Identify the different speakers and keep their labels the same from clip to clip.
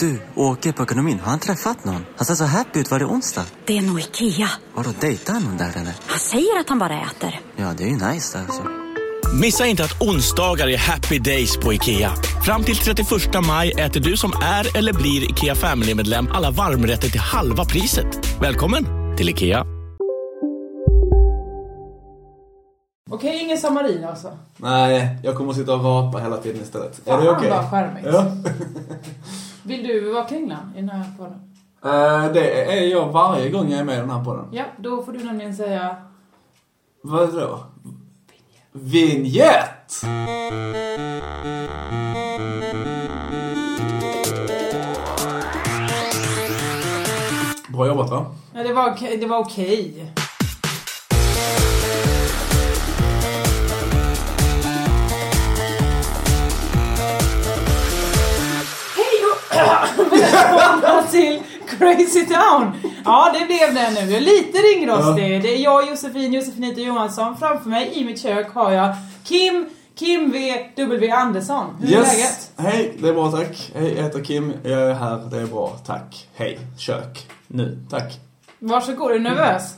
Speaker 1: Du, åker på ekonomin. Har han träffat någon? Han ser så happy ut. Var det onsdag?
Speaker 2: Det är nog Ikea.
Speaker 1: Har du dejtat någon där eller?
Speaker 2: Han säger att han bara äter.
Speaker 1: Ja, det är ju nice alltså.
Speaker 3: Missa inte att onsdagar är happy days på IKEA. Fram till 31 maj äter du som är eller blir IKEA Family-medlem alla varmrätter till halva priset. Välkommen till IKEA.
Speaker 4: Okej, ingen samarin alltså.
Speaker 5: Nej, jag kommer att sitta och vapa hela tiden istället. är det
Speaker 4: Fan,
Speaker 5: okej?
Speaker 4: vad charmigt.
Speaker 5: Ja.
Speaker 4: Vill du vara kringlan i den här podden?
Speaker 5: Eh, det är jag varje gång jag är med i den här podden.
Speaker 4: Ja, då får du nämligen säga...
Speaker 5: Vad då? Vignett! Bra jobbat va?
Speaker 4: Ja, det var okej. Det var okej. Hej och välkomna till Crazy Town! Ja, det blev det nu. Jag är lite ringrostig. Det är jag, Josefin Josefinito Johansson. Framför mig i mitt kök har jag Kim, Kim V. W Andersson. Hur är läget?
Speaker 5: Yes! Hej, det är bra tack. Hej, jag heter Kim. Jag är här. Det är bra. Tack. Hej. Kök. Nu. Tack.
Speaker 4: Varsågod, är du nervös?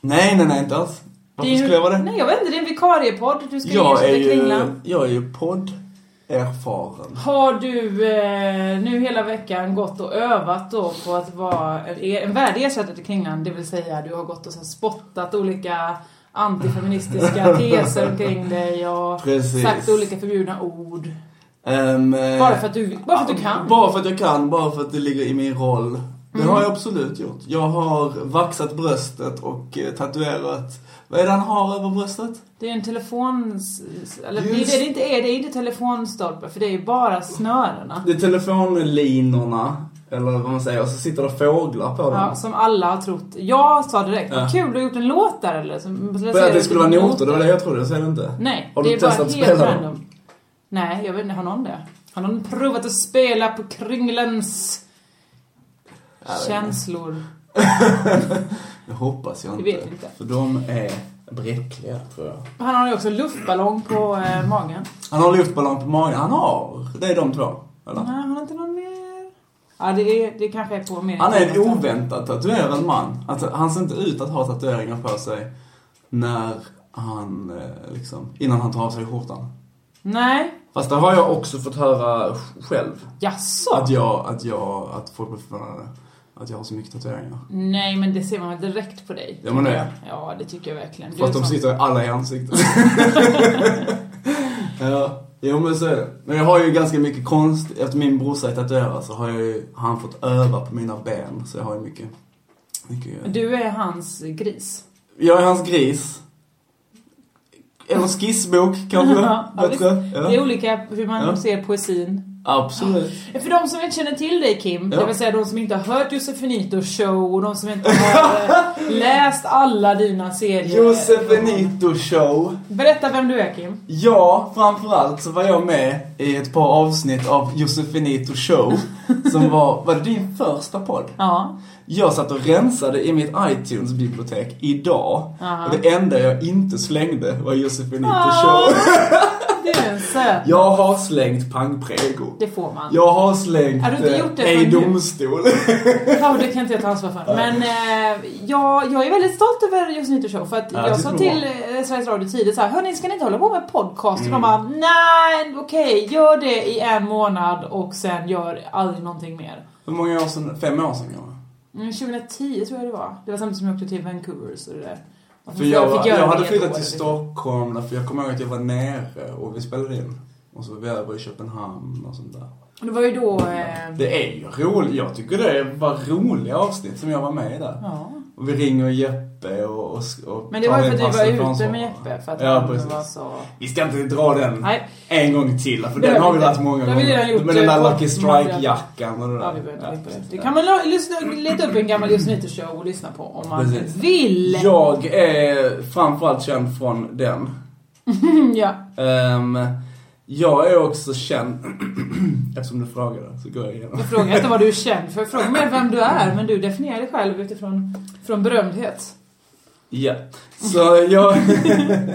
Speaker 5: Nej, nej, nej, inte alls. Mm. Varför
Speaker 4: Det är ju-
Speaker 5: skulle jag vara det?
Speaker 4: Nej jag vet inte, det är en vikariepodd. Du ska
Speaker 5: jag,
Speaker 4: ersätta
Speaker 5: är ju,
Speaker 4: Kringlan.
Speaker 5: jag är ju podderfaren.
Speaker 4: Har du eh, nu hela veckan gått och övat då på att vara en, en värdig ersättare till Kringlan? Det vill säga du har gått och så här spottat olika antifeministiska teser omkring dig och
Speaker 5: Precis.
Speaker 4: sagt olika förbjudna ord.
Speaker 5: Ehm, eh,
Speaker 4: Bara för att du, bara för att du kan. Mm.
Speaker 5: Bara för att jag kan, bara för att det ligger i min roll. Det har jag absolut gjort. Jag har vaxat bröstet och eh, tatuerat... Vad är det han har över bröstet?
Speaker 4: Det är en telefons... Eller det, är
Speaker 5: Just-
Speaker 4: det, det inte är, det är inte telefonstolpar för det är ju bara snörena.
Speaker 5: Det är telefonlinorna, eller vad man säger, och så sitter det fåglar på dem.
Speaker 4: Ja, som alla har trott. Jag sa direkt, vad
Speaker 5: Ja.
Speaker 4: kul, du har gjort en låt där eller? Som,
Speaker 5: för att det skulle vara noter, det var det jag trodde, så är det inte.
Speaker 4: Mm. Nej,
Speaker 5: har
Speaker 4: det
Speaker 5: du
Speaker 4: är bara
Speaker 5: testat
Speaker 4: helt
Speaker 5: att spela dem?
Speaker 4: random. Nej, jag vet inte, har någon det? Har någon provat att spela på kringlens känslor?
Speaker 5: Jag hoppas jag
Speaker 4: Det
Speaker 5: inte.
Speaker 4: vet vi inte.
Speaker 5: För de är bräckliga, tror jag.
Speaker 4: Han har ju också luftballong på eh, magen.
Speaker 5: Han har luftballong på magen. Han har! Det är de två, eller?
Speaker 4: Nej, han har inte någon mer. Ja, det, är, det kanske är på mer.
Speaker 5: Han är en oväntat tatuerad man. Alltså, han ser inte ut att ha tatueringar på sig när han, eh, liksom, innan han tar av sig skjortan.
Speaker 4: Nej,
Speaker 5: Fast det har jag också fått höra sj- själv.
Speaker 4: jaså?
Speaker 5: Att jag, att jag, att folk blir förvånade. Att jag har så mycket tatueringar.
Speaker 4: Nej, men det ser man väl direkt på dig?
Speaker 5: Ja men det är
Speaker 4: Ja, det tycker jag verkligen. Du
Speaker 5: Fast
Speaker 4: är
Speaker 5: de
Speaker 4: sån-
Speaker 5: sitter alla i ansiktet. ja, jo men så är det. Men jag har ju ganska mycket konst, efter min brorsa är tatuerare så har jag ju, har han fått öva på mina ben. Så jag har ju mycket, mycket
Speaker 4: Du är hans gris.
Speaker 5: Jag är hans gris. Eller skissbok kanske?
Speaker 4: Ja, ja,
Speaker 5: Bättre.
Speaker 4: Det är
Speaker 5: Ja.
Speaker 4: olika hur man
Speaker 5: Ja.
Speaker 4: ser poesin.
Speaker 5: Absolut.
Speaker 4: För de som inte känner till dig Kim,
Speaker 5: Ja.
Speaker 4: det vill säga de som inte har hört Josefinitos show och de som inte har eh, läst alla dina serier.
Speaker 5: Josefinito show.
Speaker 4: Berätta vem du är Kim.
Speaker 5: Ja, framförallt så var jag med i ett par avsnitt av Josefinito show. Som var, var det din första podd?
Speaker 4: Ja.
Speaker 5: Jag satt och rensade i mitt iTunes-bibliotek idag.
Speaker 4: Aha.
Speaker 5: Och det enda jag inte slängde var Josefinito
Speaker 4: Ah.
Speaker 5: show.
Speaker 4: Det är en söt.
Speaker 5: Jag har slängt pangprego.
Speaker 4: Det får man.
Speaker 5: Jag har slängt
Speaker 4: Har du inte
Speaker 5: eh,
Speaker 4: gjort det
Speaker 5: ej
Speaker 4: förrän nu?
Speaker 5: domstol.
Speaker 4: Ja, det kan inte jag ta ansvar för. Men eh, jag, jag är väldigt stolt över Josefinito show för att
Speaker 5: Ja, det
Speaker 4: jag sa
Speaker 5: tror
Speaker 4: till eh, Sveriges Radio tidigt så här, hörni ska ni inte hålla på med podcast? Och de
Speaker 5: Mm.
Speaker 4: bara, nej okej, gör det i en månad och sen gör aldrig någonting mer.
Speaker 5: Hur många år sedan? Fem år sedan kanske?
Speaker 4: Mm, 2010 tror jag det var. Det var samtidigt som jag åkte till Vancouver så det där. Och
Speaker 5: För
Speaker 4: sen
Speaker 5: jag, jag,
Speaker 4: fick göra det i
Speaker 5: hade
Speaker 4: ett år,
Speaker 5: flyttat till
Speaker 4: liksom.
Speaker 5: Stockholm, därför jag kommer ihåg att jag var nere och vi spelade in. Och så var vi över i Köpenhamn och sånt där.
Speaker 4: Och Det var ju då... Eh,
Speaker 5: Det är ju roligt. Jag tycker det var roliga avsnitt som jag var med i där.
Speaker 4: ja.
Speaker 5: Och vi ringer Jeppe och... och, och
Speaker 4: Men det var
Speaker 5: tar
Speaker 4: ju för
Speaker 5: en
Speaker 4: att du
Speaker 5: passning från
Speaker 4: var ute
Speaker 5: sommaren.
Speaker 4: med Jeppe för att
Speaker 5: Ja,
Speaker 4: han
Speaker 5: precis.
Speaker 4: var så...
Speaker 5: Vi ska inte dra den
Speaker 4: Nej.
Speaker 5: en gång till, för
Speaker 4: Det
Speaker 5: den
Speaker 4: har
Speaker 5: har
Speaker 4: vi
Speaker 5: vi
Speaker 4: inte.
Speaker 5: lärt många
Speaker 4: Det har vi redan
Speaker 5: gånger.
Speaker 4: gjort.
Speaker 5: Med den
Speaker 4: Det
Speaker 5: där
Speaker 4: var-
Speaker 5: Lucky Strike-jackan och det där.
Speaker 4: Ja, vi behöver inte gå in på det. Det kan man la- lyssna, leta upp en gammal Just Nytt show och lyssna på om man
Speaker 5: Precis.
Speaker 4: vill.
Speaker 5: Jag är framförallt känd från den.
Speaker 4: Mm, ja.
Speaker 5: Ehm, jag är också känd... Eftersom du frågade så går jag igenom.
Speaker 4: Jag frågar inte vad du är känd för, fråga mig vem du är. Men du definierar dig själv utifrån från berömdhet.
Speaker 5: Ja, så jag...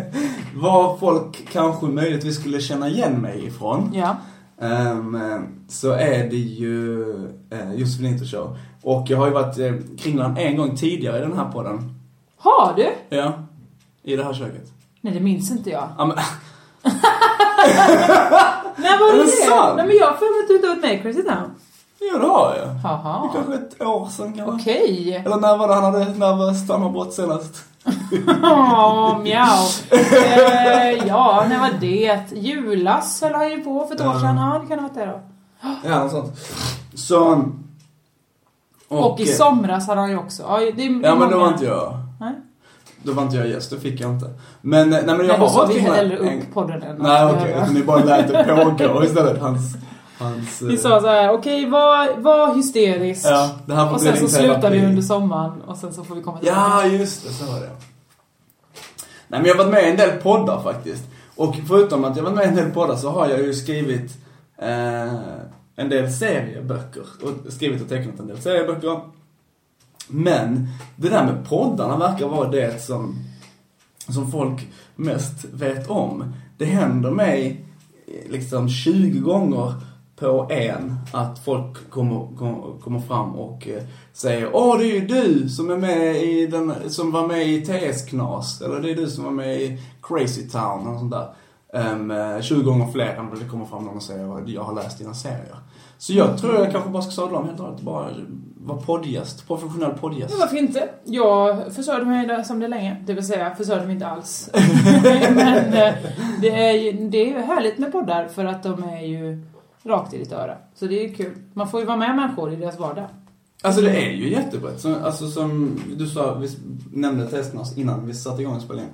Speaker 5: vad folk kanske möjligtvis skulle känna igen mig ifrån.
Speaker 4: Ja.
Speaker 5: Ehm, så är det ju uh, Josefin Inter Show. Och jag har ju varit eh, Kringland en gång tidigare i den här podden.
Speaker 4: Har du?
Speaker 5: Ja, i det här köket.
Speaker 4: Nej, det minns inte jag.
Speaker 5: Ja, men,
Speaker 4: Nej, var det
Speaker 5: Är det
Speaker 4: det?
Speaker 5: sant?
Speaker 4: Nej, men jag har för mig att du inte har varit med i Crazy Town.
Speaker 5: ja det har jag.
Speaker 4: Haha.
Speaker 5: Kanske ett år sedan kanske.
Speaker 4: Okej.
Speaker 5: Eller när var det han hade nervöst stammarbrott senast?
Speaker 4: Åh, mjau. Eh, ja, när var det? Julas höll han ju på för ett år sedan. Ja, det kan ha varit det då.
Speaker 5: Ja, något sånt. Så...
Speaker 4: Och, i
Speaker 5: eh,
Speaker 4: somras hade han ju också. Ja, det, det är
Speaker 5: Ja men
Speaker 4: många.
Speaker 5: då var inte jag.
Speaker 4: Nej.
Speaker 5: Då var inte jag gäst, då fick jag inte. Men, eh, nej
Speaker 4: Men
Speaker 5: men jag
Speaker 4: då
Speaker 5: har
Speaker 4: såg
Speaker 5: varit
Speaker 4: vi
Speaker 5: kringland
Speaker 4: hellre
Speaker 5: en-
Speaker 4: upp podden än
Speaker 5: Nej
Speaker 4: att
Speaker 5: okej,
Speaker 4: göra-
Speaker 5: utan ni bara lät det pågå istället. Hans... hans
Speaker 4: Vi
Speaker 5: eh,
Speaker 4: sa så här: okej var, var hysterisk.
Speaker 5: Ja, det här får
Speaker 4: och
Speaker 5: bli
Speaker 4: sen så
Speaker 5: din
Speaker 4: slutar vi
Speaker 5: terapi.
Speaker 4: under sommaren och sen så får vi komma tillbaka.
Speaker 5: Ja, just det, så var det. Nej men jag har varit med i en del poddar faktiskt. Och förutom att jag har varit med i en del poddar så har jag ju skrivit eh, en del serieböcker. Och skrivit och tecknat en del serieböcker. Men det där med poddarna verkar vara det som, som folk mest vet om. Det händer mig eh, liksom 20 gånger på en att folk kommer, kommer, kommer fram och eh, säger Åh, det är ju du som är med i den, som var med i TS Knas. Eller det är du som var med i Crazy Town och sånt där. Ehm, eh, 20 gånger fler än vad det kommer fram någon och säger jag har läst dina serier. Så jag tror jag kanske bara ska sadla om helt och hållet. Bara vara poddgäst. Professionell poddgäst.
Speaker 4: Men varför inte? Jag försörjde mig där som det länge. Det vill säga, försörjde mig inte alls. Men eh, det är, ju, det är ju härligt med poddar för att de är ju rakt i ditt öra. Så det är ju kul. Man får ju vara med människor i deras vardag.
Speaker 5: Alltså det är ju jättebrett. Som, alltså som du sa, vi s- nämnde testnas innan vi satte igång och spelade in.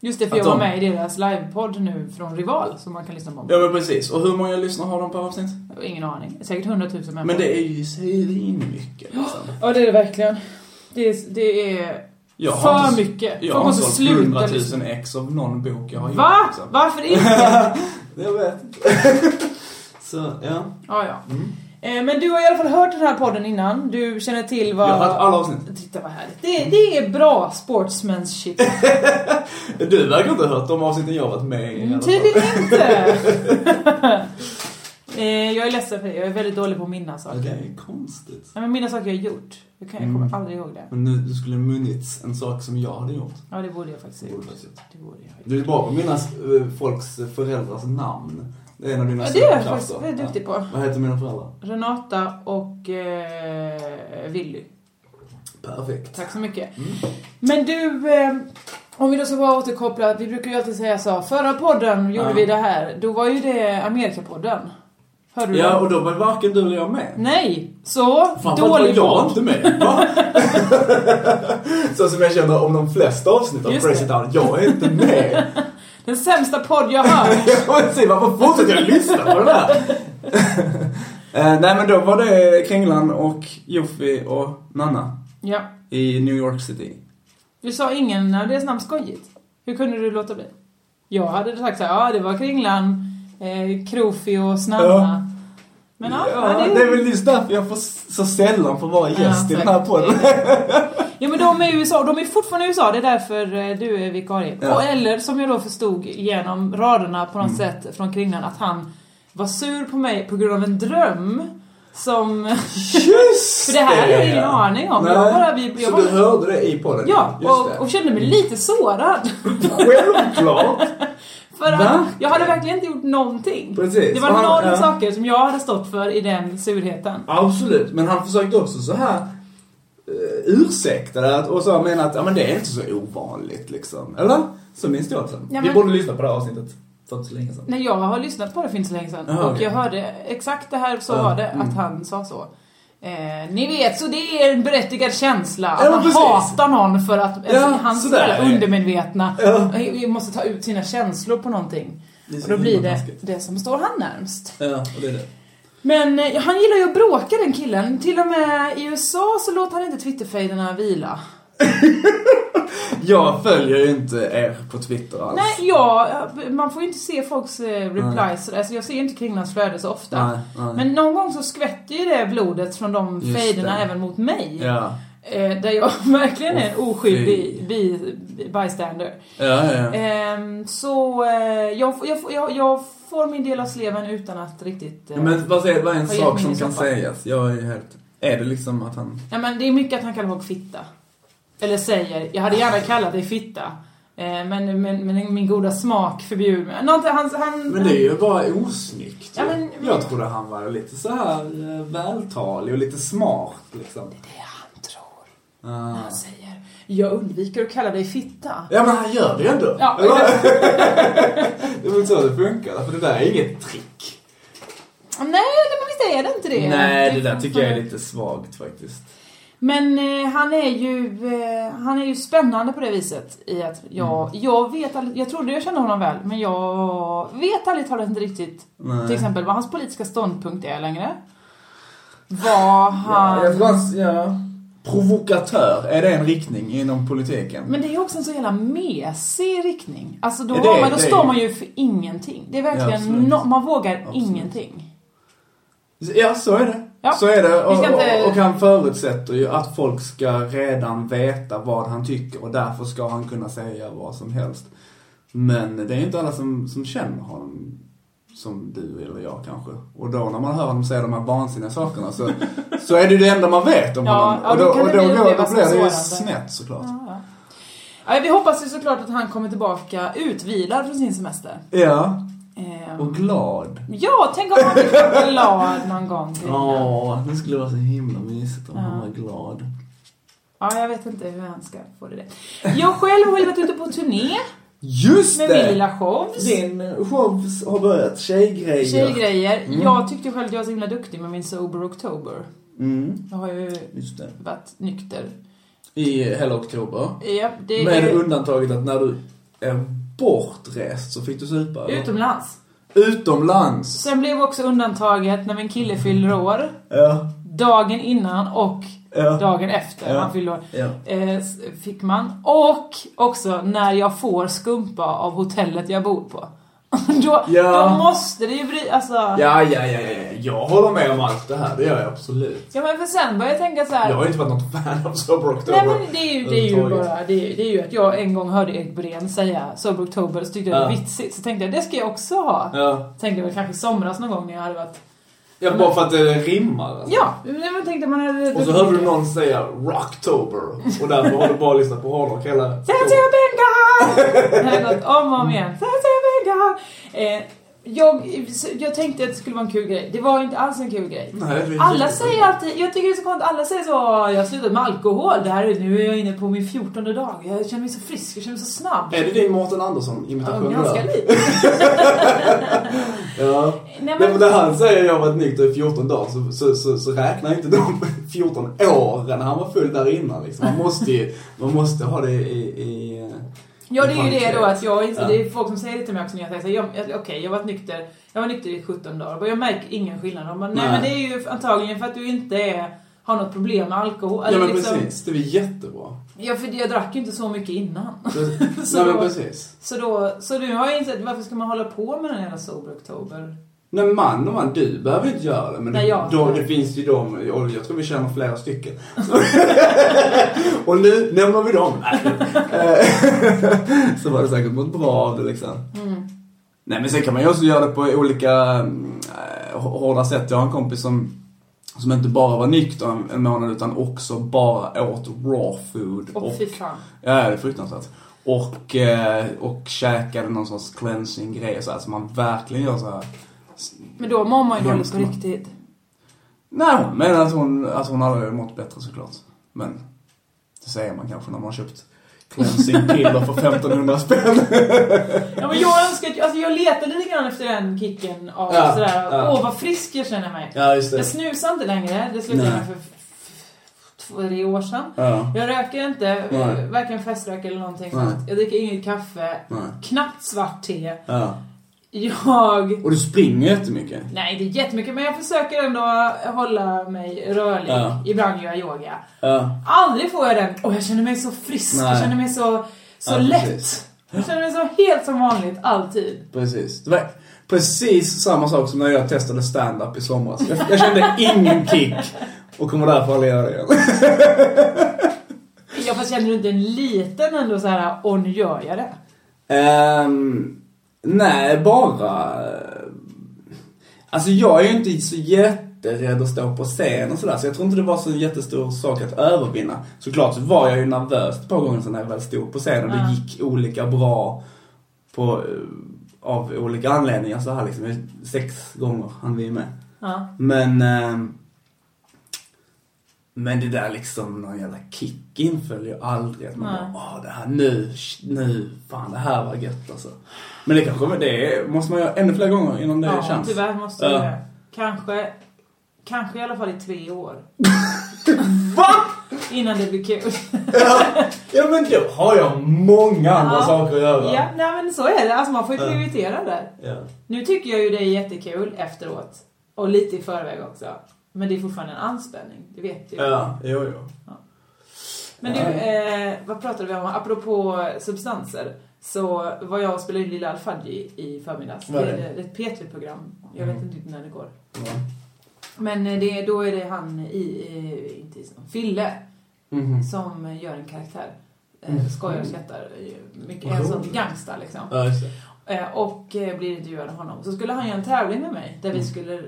Speaker 4: Just det, för
Speaker 5: Att
Speaker 4: jag var
Speaker 5: de-
Speaker 4: med i deras livepodd nu från Rival som man kan lyssna på.
Speaker 5: Ja men precis. Och hur många lyssnare har de per avsnitt?
Speaker 4: Ingen aning. Säkert hundratusen människor.
Speaker 5: Men det är ju svinmycket liksom.
Speaker 4: Ja, det är det verkligen. Det är, det är
Speaker 5: Jag
Speaker 4: för
Speaker 5: har inte-
Speaker 4: mycket. Folk
Speaker 5: Jag har
Speaker 4: måste
Speaker 5: sålt
Speaker 4: sluta
Speaker 5: 100
Speaker 4: lyssna.
Speaker 5: 000 ex av någon bok jag har gjort.
Speaker 4: Va?
Speaker 5: liksom.
Speaker 4: Varför inte?
Speaker 5: Jag vet inte. Så, ja.
Speaker 4: ja, ja. Eh, Men du har i alla fall hört den här podden innan. Du känner till
Speaker 5: Jag
Speaker 4: vad...
Speaker 5: har tagit alla avsnitt.
Speaker 4: Titta vad härligt. Det, det är bra sportsmanship.
Speaker 5: Du verkar inte ha hört de avsnitten jag har varit med i. i alla fall.
Speaker 4: Tydligen inte. Eh, jag är ledsen för det. Jag är väldigt dålig på att minnas saker.
Speaker 5: Det är konstigt.
Speaker 4: Nej, men minnas saker jag har gjort. Jag, kan, jag kommer
Speaker 5: Mm.
Speaker 4: aldrig ihåg det.
Speaker 5: Men nu, du skulle munnits en sak som jag hade gjort.
Speaker 4: Ja, det borde jag faktiskt ha
Speaker 5: Det
Speaker 4: gjort.
Speaker 5: borde jag ha gjort.
Speaker 4: Det borde jag ha gjort.
Speaker 5: Du är bra på att minnas eh, folks föräldrars namn. Det är en av dina
Speaker 4: Ja, det är jag
Speaker 5: superkrafter.
Speaker 4: faktiskt väldigt
Speaker 5: Ja.
Speaker 4: duktig på.
Speaker 5: Vad heter mina föräldrar?
Speaker 4: Renata och eh, Willy.
Speaker 5: Perfekt.
Speaker 4: Tack så mycket.
Speaker 5: Mm.
Speaker 4: Men du, eh, om vi då ska bara återkoppla. Vi brukar ju alltid säga så. Förra podden gjorde
Speaker 5: Ja.
Speaker 4: vi det här. Då var ju det Amerikapodden. Hörde du
Speaker 5: Ja,
Speaker 4: den?
Speaker 5: och då var varken du eller jag med.
Speaker 4: Nej, så
Speaker 5: Fan, varför var
Speaker 4: dålig
Speaker 5: jag
Speaker 4: podd.
Speaker 5: inte med? Va? Så som jag känner om de flesta avsnitt av
Speaker 4: Just
Speaker 5: Crazy
Speaker 4: det.
Speaker 5: Town, jag är inte med.
Speaker 4: Den sämsta podd jag hört.
Speaker 5: Jag vill se, varför fortsätter jag lyssna på det där? Eh, nej men då var det Kringlan och Joffi och Nanna
Speaker 4: ja.
Speaker 5: i New York City.
Speaker 4: Du sa ingen av deras namn skojigt. Hur kunde du låta bli? Jag hade sagt såhär, ja det var Kringlan, eh, Krofi och Snanna.
Speaker 5: Ja.
Speaker 4: Men ja,
Speaker 5: Ja,
Speaker 4: det-
Speaker 5: det är väl just därför jag får s- så sällan får vara gäst i den här
Speaker 4: tack.
Speaker 5: podden.
Speaker 4: Ja men de är i USA, de är fortfarande i USA, det är därför eh, du är vikarie.
Speaker 5: Ja.
Speaker 4: Och eller som jag då förstod genom raderna på något
Speaker 5: Mm.
Speaker 4: sätt från Kringlan att han var sur på mig på grund av en dröm som...
Speaker 5: Just
Speaker 4: För det här hade jag ingen
Speaker 5: ja.
Speaker 4: aning om.
Speaker 5: Nej.
Speaker 4: Jag bara- vi- jag
Speaker 5: så
Speaker 4: bara-
Speaker 5: du hörde det i podden?
Speaker 4: Ja,
Speaker 5: Just det.
Speaker 4: och, och kände mig lite sårad.
Speaker 5: Självklart!
Speaker 4: För att
Speaker 5: Va?
Speaker 4: jag hade verkligen inte gjort någonting.
Speaker 5: Precis.
Speaker 4: Det var
Speaker 5: Och han-
Speaker 4: några
Speaker 5: ja.
Speaker 4: saker som jag hade stått för i den surheten.
Speaker 5: Absolut, men han försökte också så här eh, ursäkta det att- och så mena att ja, men det är inte så ovanligt liksom. Eller? Så minns jag också.
Speaker 4: Ja,
Speaker 5: Vi
Speaker 4: men-
Speaker 5: borde lyssna på det här avsnittet för inte så länge sedan.
Speaker 4: Nej, jag har lyssnat på det för inte så länge sedan
Speaker 5: Jaha,
Speaker 4: och
Speaker 5: okej.
Speaker 4: jag hörde exakt det här, så
Speaker 5: Ja,
Speaker 4: var det,
Speaker 5: mm.
Speaker 4: att han sa så. Eh, ni vet, så det är en berättigad känsla att
Speaker 5: Ja,
Speaker 4: man
Speaker 5: precis.
Speaker 4: hatar någon för att
Speaker 5: Ja,
Speaker 4: alltså, hans
Speaker 5: sådär.
Speaker 4: jävla undermedvetna
Speaker 5: Ja.
Speaker 4: vi måste ta ut sina känslor på någonting.
Speaker 5: Det är så
Speaker 4: Och då blir
Speaker 5: himla
Speaker 4: det
Speaker 5: taskigt.
Speaker 4: det som står han närmst.
Speaker 5: Ja, och det är det.
Speaker 4: Men eh, han gillar ju att bråka den killen. Till och med i USA så låter han inte Twitterfejderna vila.
Speaker 5: Jag följer ju inte er på Twitter alls.
Speaker 4: Nej, ja, man får ju inte se folks eh, replies sådär, så jag ser ju inte Kringlands flöde så ofta.
Speaker 5: Nej, nej.
Speaker 4: Men någon gång så skvätter ju det blodet från de
Speaker 5: Just
Speaker 4: fejderna
Speaker 5: det.
Speaker 4: även mot mig.
Speaker 5: Ja.
Speaker 4: Eh, där jag verkligen är en
Speaker 5: Åh,
Speaker 4: oskyldig bi, bystander.
Speaker 5: Ja, ja, ja.
Speaker 4: Ehm, så eh, jag, får- jag, får- jag, jag får min del av sleven utan att riktigt... eh,
Speaker 5: Men vad är, vad är en
Speaker 4: Har
Speaker 5: sak
Speaker 4: gett mig
Speaker 5: som
Speaker 4: i
Speaker 5: kan
Speaker 4: soffan.
Speaker 5: sägas? Jag är ju helt... Är det liksom att han...
Speaker 4: Ja, men det är mycket att han kallar folk fitta. Eller säger, jag hade gärna kallat dig fitta. Eh, Men, men, men min goda smak förbjuder mig. Något, han, han,
Speaker 5: Men det är ju bara osnyggt.
Speaker 4: Ja,
Speaker 5: ju.
Speaker 4: men-
Speaker 5: Jag trodde han var lite så här eh, vältalig och lite smart liksom.
Speaker 4: Det han tror.
Speaker 5: Ah.
Speaker 4: Han säger, jag undviker att kalla dig fitta.
Speaker 5: Ja men han gör det ju ändå.
Speaker 4: Ja.
Speaker 5: Eller? det är väl så det funkar, för det där är inget trick.
Speaker 4: Nej, det- men visst är det inte det?
Speaker 5: Nej, det där tycker jag är lite svagt faktiskt.
Speaker 4: Men eh, han är ju eh, Han är ju spännande på det viset i att jag,
Speaker 5: Mm.
Speaker 4: jag vet aldrig, jag trodde jag kände honom väl men jag vet ärligt talat inte riktigt
Speaker 5: Nej.
Speaker 4: till exempel vad hans politiska ståndpunkt är längre. Vad han...
Speaker 5: Ja, jag fanns, ja. Provokatör, är det en riktning inom politiken?
Speaker 4: Men det är också en så jävla mesig riktning. Alltså då,
Speaker 5: Ja, det
Speaker 4: har
Speaker 5: är-
Speaker 4: man, då
Speaker 5: det är
Speaker 4: står
Speaker 5: ju-
Speaker 4: man ju för ingenting. Det är
Speaker 5: Ja,
Speaker 4: verkligen,
Speaker 5: absolut.
Speaker 4: no, man vågar
Speaker 5: Absolut.
Speaker 4: ingenting.
Speaker 5: Ja, så är det.
Speaker 4: Ja.
Speaker 5: Så är det.
Speaker 4: Vi
Speaker 5: Och,
Speaker 4: ska inte-
Speaker 5: och, och han förutsätter ju att folk ska redan veta vad han tycker och därför ska han kunna säga vad som helst. Men det är ju inte alla som, som känner honom som du eller jag kanske. Och då när man hör honom säga de här vansinniga sakerna så, så är det ju det enda man vet om
Speaker 4: Ja,
Speaker 5: honom.
Speaker 4: ja,
Speaker 5: och
Speaker 4: då
Speaker 5: då,
Speaker 4: kan
Speaker 5: och
Speaker 4: det
Speaker 5: då,
Speaker 4: bli
Speaker 5: då,
Speaker 4: upplevas
Speaker 5: blir det ju
Speaker 4: sårande.
Speaker 5: snett såklart. Ja.
Speaker 4: Ja, vi hoppas ju såklart att han kommer tillbaka utvilad från sin semester. Ehm,
Speaker 5: och glad.
Speaker 4: Ja, tänk om han blir glad någon gång. Ja.
Speaker 5: Ja, det skulle vara så himla mysigt om han
Speaker 4: Ja.
Speaker 5: var glad.
Speaker 4: ja, jag vet inte hur han ska få det. där. Jag själv har ju varit ute på turné
Speaker 5: Just
Speaker 4: med min lilla show.
Speaker 5: Din show har börjat, Tjejgrejer.
Speaker 4: Tjejgrejer. Jag tyckte själv att jag var så himla duktig med min Sober October.
Speaker 5: Mm,
Speaker 4: Jag har ju
Speaker 5: just det.
Speaker 4: varit nykter.
Speaker 5: I hela oktober.
Speaker 4: Ja, det är
Speaker 5: Med
Speaker 4: ju
Speaker 5: undantaget att när du är bortrest så fick du supa. eller?
Speaker 4: utomlands.
Speaker 5: Utomlands.
Speaker 4: Sen blev också undantaget när min kille fyller år.
Speaker 5: Ja,
Speaker 4: Dagen innan och
Speaker 5: ja,
Speaker 4: dagen efter
Speaker 5: Ja.
Speaker 4: han fyller år.
Speaker 5: ja.
Speaker 4: Eh, s- fick man. Och också när jag får skumpa av hotellet jag bor på. då,
Speaker 5: Ja.
Speaker 4: då måste det ju bli, alltså. Ja.
Speaker 5: Ja, ja, ja, ja, ja. Jag håller med om allt det här, det gör jag absolut.
Speaker 4: men för sen började jag tänka så här.
Speaker 5: Jag har ju inte varit något fan av Sober October.
Speaker 4: Nej men det är ju, det är ju
Speaker 5: överhuvudtaget.
Speaker 4: bara, det är, det är ju att jag en gång hörde Erik Breen säga Sober October så tyckte jag det var
Speaker 5: Ja.
Speaker 4: vitsigt. Så tänkte jag det ska jag också ha.
Speaker 5: Ja.
Speaker 4: Tänkte väl kanske i somras någon gång när jag hade varit...
Speaker 5: ja, bara för att det rimmar. Alltså.
Speaker 4: Ja, men tänkte man hade...
Speaker 5: Och så hörde du någon säga Rocktober och därför har du bara lyssnat på hårdrock hela...
Speaker 4: Sen ser jag Bengan! Det hade gått om och om igen. Sen ser jag Bengan! Eh, jag, jag tänkte att det skulle vara en kul grej. Det var ju inte alls en kul grej.
Speaker 5: Nej, det är
Speaker 4: Alla
Speaker 5: jätte-
Speaker 4: säger alltid, jag tycker det är så konstigt, alla säger så jag har slutat med alkohol, det här, är- nu är jag inne på min fjortonde dag, jag känner mig så frisk, jag känner mig så snabb.
Speaker 5: Är det din Mårten
Speaker 4: Ja,
Speaker 5: Andersson-imitation?
Speaker 4: ganska
Speaker 5: där?
Speaker 4: lik.
Speaker 5: Ja.
Speaker 4: Nej,
Speaker 5: Nej, men
Speaker 4: men,
Speaker 5: när han säger att jag har varit nykter i 14 dagar så, så, så, så räknar inte de 14 åren han var full där innan. Liksom. Man, måste ju, man måste ha det i... i
Speaker 4: ja, det är ju det då att jag
Speaker 5: Ja.
Speaker 4: inte, det är folk som säger det till mig också när jag säger så här, jag- jag- okej, jag har varit nykter, jag var nykter i 17 dagar och jag märker ingen skillnad. De bara, nej,
Speaker 5: Nej.
Speaker 4: men det är ju antagligen för att du inte är, har något problem med alkohol.
Speaker 5: ja,
Speaker 4: Eller liksom-
Speaker 5: men precis. Det är jättebra.
Speaker 4: Ja, för jag drack ju inte så mycket innan.
Speaker 5: Så,
Speaker 4: Så
Speaker 5: nej, men
Speaker 4: då-
Speaker 5: precis.
Speaker 4: Så, då, så nu har jag insett, varför ska man hålla på med den jävla Sober October?
Speaker 5: Nej, man och man, du behöver inte göra det. Men
Speaker 4: Nej, jag-
Speaker 5: de, det finns ju de, och jag tror vi känner flera stycken. och nu nämner vi dem. Eh, så var det säkert mått bra av det liksom.
Speaker 4: Mm.
Speaker 5: Nej men sen kan man ju också göra det på olika eh, hårda sätt. Jag har en kompis som, som inte bara var nykter en, en månad utan också bara åt raw food.
Speaker 4: Och fy fan.
Speaker 5: Ja, det är fruktansvärt. Och, eh, och käkade någon sorts cleansing grej så här, så man verkligen gör så här.
Speaker 4: Men då mår man ju dåligt
Speaker 5: Hemskt,
Speaker 4: på
Speaker 5: va?
Speaker 4: riktigt.
Speaker 5: Nej, alltså men att hon, att hon hade mått bättre såklart. Men det säger man kanske när man har köpt Cleansing piller för 1500 spänn.
Speaker 4: Ja, men jag önskar att, alltså jag letade lite grann efter den kicken av
Speaker 5: Ja,
Speaker 4: sådär,
Speaker 5: ja.
Speaker 4: åh vad frisk jag känner mig.
Speaker 5: Ja, just
Speaker 4: Jag
Speaker 5: det.
Speaker 4: snusar inte längre, det slutade
Speaker 5: Nej.
Speaker 4: jag för f- f- två, tre år sedan.
Speaker 5: Ja.
Speaker 4: Jag röker inte,
Speaker 5: Nej.
Speaker 4: varken feströk eller någonting
Speaker 5: Nej.
Speaker 4: sånt. Jag dricker inget kaffe,
Speaker 5: Nej.
Speaker 4: knappt svart te.
Speaker 5: ja.
Speaker 4: Jag...
Speaker 5: Och du springer jättemycket.
Speaker 4: Nej, det är jättemycket, men jag försöker ändå hålla mig rörlig.
Speaker 5: Ja.
Speaker 4: Ibland gör jag yoga.
Speaker 5: Ja.
Speaker 4: Aldrig får jag den, åh jag känner mig så frisk, jag
Speaker 5: Nej.
Speaker 4: känner mig så, så
Speaker 5: Ja,
Speaker 4: lätt.
Speaker 5: precis.
Speaker 4: Jag känner mig så helt som vanligt, alltid.
Speaker 5: Precis. Det var precis samma sak som när jag testade stand-up i somras. Jag, jag kände ingen kick och kommer därför aldrig göra det igen.
Speaker 4: Jag fast känner du inte en liten ändå så här, åh nu gör jag det.
Speaker 5: Ehm, nej, bara... Alltså jag är ju inte så jätterädd att stå på scen och sådär, så jag tror inte det var så en jättestor sak att övervinna. Såklart så var jag ju nervös ett par gånger sen när jag väl stod på scen och det gick olika bra på, eh, av olika anledningar så här liksom. Sex gånger hann vi med.
Speaker 4: Ja.
Speaker 5: Men... ehm, men det där liksom, någon jävla kick inföll ju aldrig. Att man
Speaker 4: Nej.
Speaker 5: bara, åh det här nu, nu, fan det här var gött alltså. Men det kanske, det måste man göra ännu fler gånger innan det är
Speaker 4: Ja,
Speaker 5: känns.
Speaker 4: tyvärr måste jag
Speaker 5: Ja.
Speaker 4: det. Kanske, kanske i alla fall i tre år.
Speaker 5: Va?
Speaker 4: Innan det blir kul.
Speaker 5: Ja, ja men då har jag många andra
Speaker 4: Ja.
Speaker 5: saker att göra.
Speaker 4: ja, nej men så är det. Alltså man får ju
Speaker 5: Ja.
Speaker 4: prioritera där.
Speaker 5: Ja.
Speaker 4: Nu tycker jag ju det är jättekul efteråt. Och lite i förväg också. Men det är fortfarande en anspänning, det vet du.
Speaker 5: Ja, jo, jo.
Speaker 4: Men du, eh, vad pratade vi om? Apropå substanser. Så var jag och spelade in Lilla Alfadji i förmiddags. Det
Speaker 5: Var det? Mm.
Speaker 4: är det är ett P3-program. Jag vet inte riktigt när det går. Men eh, det, då är det han i, eh, inte i Fille,
Speaker 5: Mhm.
Speaker 4: som gör en karaktär. Eh, skojar och skrattar. eh, Mycket, en sån gangsta liksom.
Speaker 5: Mm. Ja, just det.
Speaker 4: Eh, Och eh, blir intervjuad av honom. Så skulle han göra en tävling med mig. Där vi
Speaker 5: Mm.
Speaker 4: skulle, eh,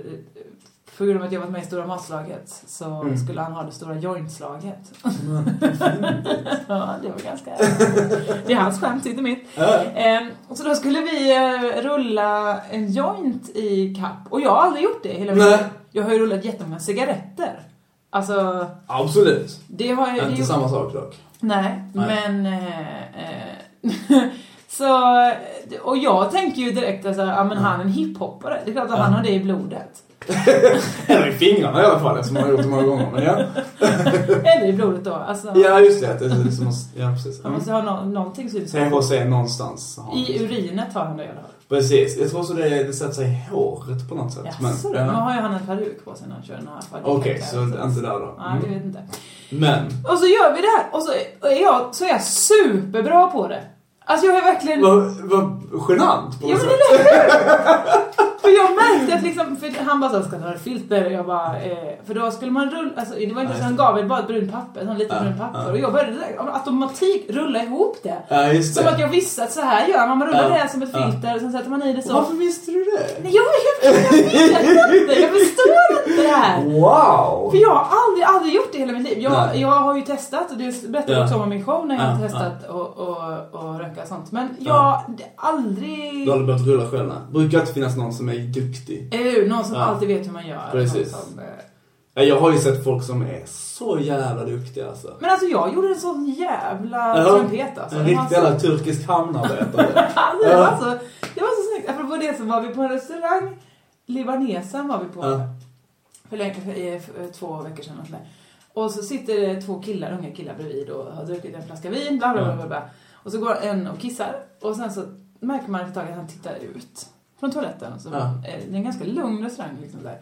Speaker 4: på grund av att jag varit med i Stora Matslaget, så
Speaker 5: Mm.
Speaker 4: skulle han ha det stora jointslaget. ja, det var ganska... det är hans skämt, inte mitt. Eh, och Så då skulle vi eh, rulla en joint i kapp. Och jag har aldrig gjort det i hela mitt
Speaker 5: Nej.
Speaker 4: liv. Jag har ju rullat jättemånga cigaretter. Alltså,
Speaker 5: Absolut.
Speaker 4: det har jag... det
Speaker 5: Inte
Speaker 4: gjorde-
Speaker 5: samma sak dock.
Speaker 4: Nej,
Speaker 5: Nej.
Speaker 4: men... Eh, eh, så, och jag tänker ju direkt att ja, men han är en hiphoppare. Det är klart att han har det i blodet.
Speaker 5: Eller i fingrarna i alla fall, som jag har gjort det många gånger. Men ja.
Speaker 4: Eller i blodet då. Alltså,
Speaker 5: ja, just det. det, är som att- ja, precis.
Speaker 4: Han måste ha no någonting syns.
Speaker 5: THC någonstans. har han.
Speaker 4: I urinet har han det i alla fall.
Speaker 5: Precis, jag tror så det, det sätter sig i håret på något sätt.
Speaker 4: Jaså, då?
Speaker 5: ja.
Speaker 4: Nu har ju han en peruk på sig när han kör den här fabriken.
Speaker 5: Okej, så inte där då. Mm.
Speaker 4: Nej, jag vet inte.
Speaker 5: Men,
Speaker 4: Och så gör vi det här och så är jag, så är jag superbra på det. Alltså jag är verkligen...
Speaker 5: vad, vad genant på
Speaker 4: Ja men
Speaker 5: något sätt.
Speaker 4: eller hur! För jag märkte att liksom, för han bara så ska du ha ett filter? Och jag bara, eh, för då skulle man rulla, alltså det var inte så han gav mig bara ett brunt papper, ett sånt litet
Speaker 5: Ja,
Speaker 4: brunt papper.
Speaker 5: ja.
Speaker 4: Och jag började direkt, av automatik rulla ihop det.
Speaker 5: Ja, just det.
Speaker 4: Som att jag visste att så här gör man, man rullar
Speaker 5: Ja,
Speaker 4: det här som ett
Speaker 5: ja.
Speaker 4: filter och sen sätter man i det så.
Speaker 5: Varför visste du det?
Speaker 4: Nej jag, jag, jag vet inte, jag förstår inte det här.
Speaker 5: Wow!
Speaker 4: För jag har aldrig, aldrig gjort det i hela mitt liv. Jag,
Speaker 5: Nej.
Speaker 4: jag har ju testat, och det berättade jag
Speaker 5: Ja.
Speaker 4: också om i min show när jag
Speaker 5: Ja,
Speaker 4: har testat och, och, och röka och sånt. Men jag, det, aldrig...
Speaker 5: Du hade börjat rulla själv nej. Brukar inte finnas någon som är duktig.
Speaker 4: Eller hur? Någon som
Speaker 5: Ja.
Speaker 4: alltid vet hur man gör.
Speaker 5: Precis.
Speaker 4: Någon som, eh,
Speaker 5: Ja, Jag har ju sett folk som är så jävla duktiga alltså.
Speaker 4: Men alltså jag gjorde en sån jävla
Speaker 5: Ja,
Speaker 4: trumpet alltså.
Speaker 5: En
Speaker 4: Det var
Speaker 5: riktig jävla
Speaker 4: så-
Speaker 5: turkisk hamnarbetare.
Speaker 4: Alltså, det,
Speaker 5: Ja.
Speaker 4: var så, det var så snyggt. Apropå det så var vi på en restaurang. Libanesen var vi på.
Speaker 5: Ja.
Speaker 4: För, länge, för, eh, för två veckor sedan. Och, sådär. och så sitter det två killar, unga killar bredvid och har druckit en flaska vin. Bla, bla, bla, bla, bla. Och så går en och kissar. Och sen så märker man efter ett tag att han tittar ut från toaletten. Och så,
Speaker 5: Ja.
Speaker 4: eh, Det är en ganska lugn restaurang. Liksom, där.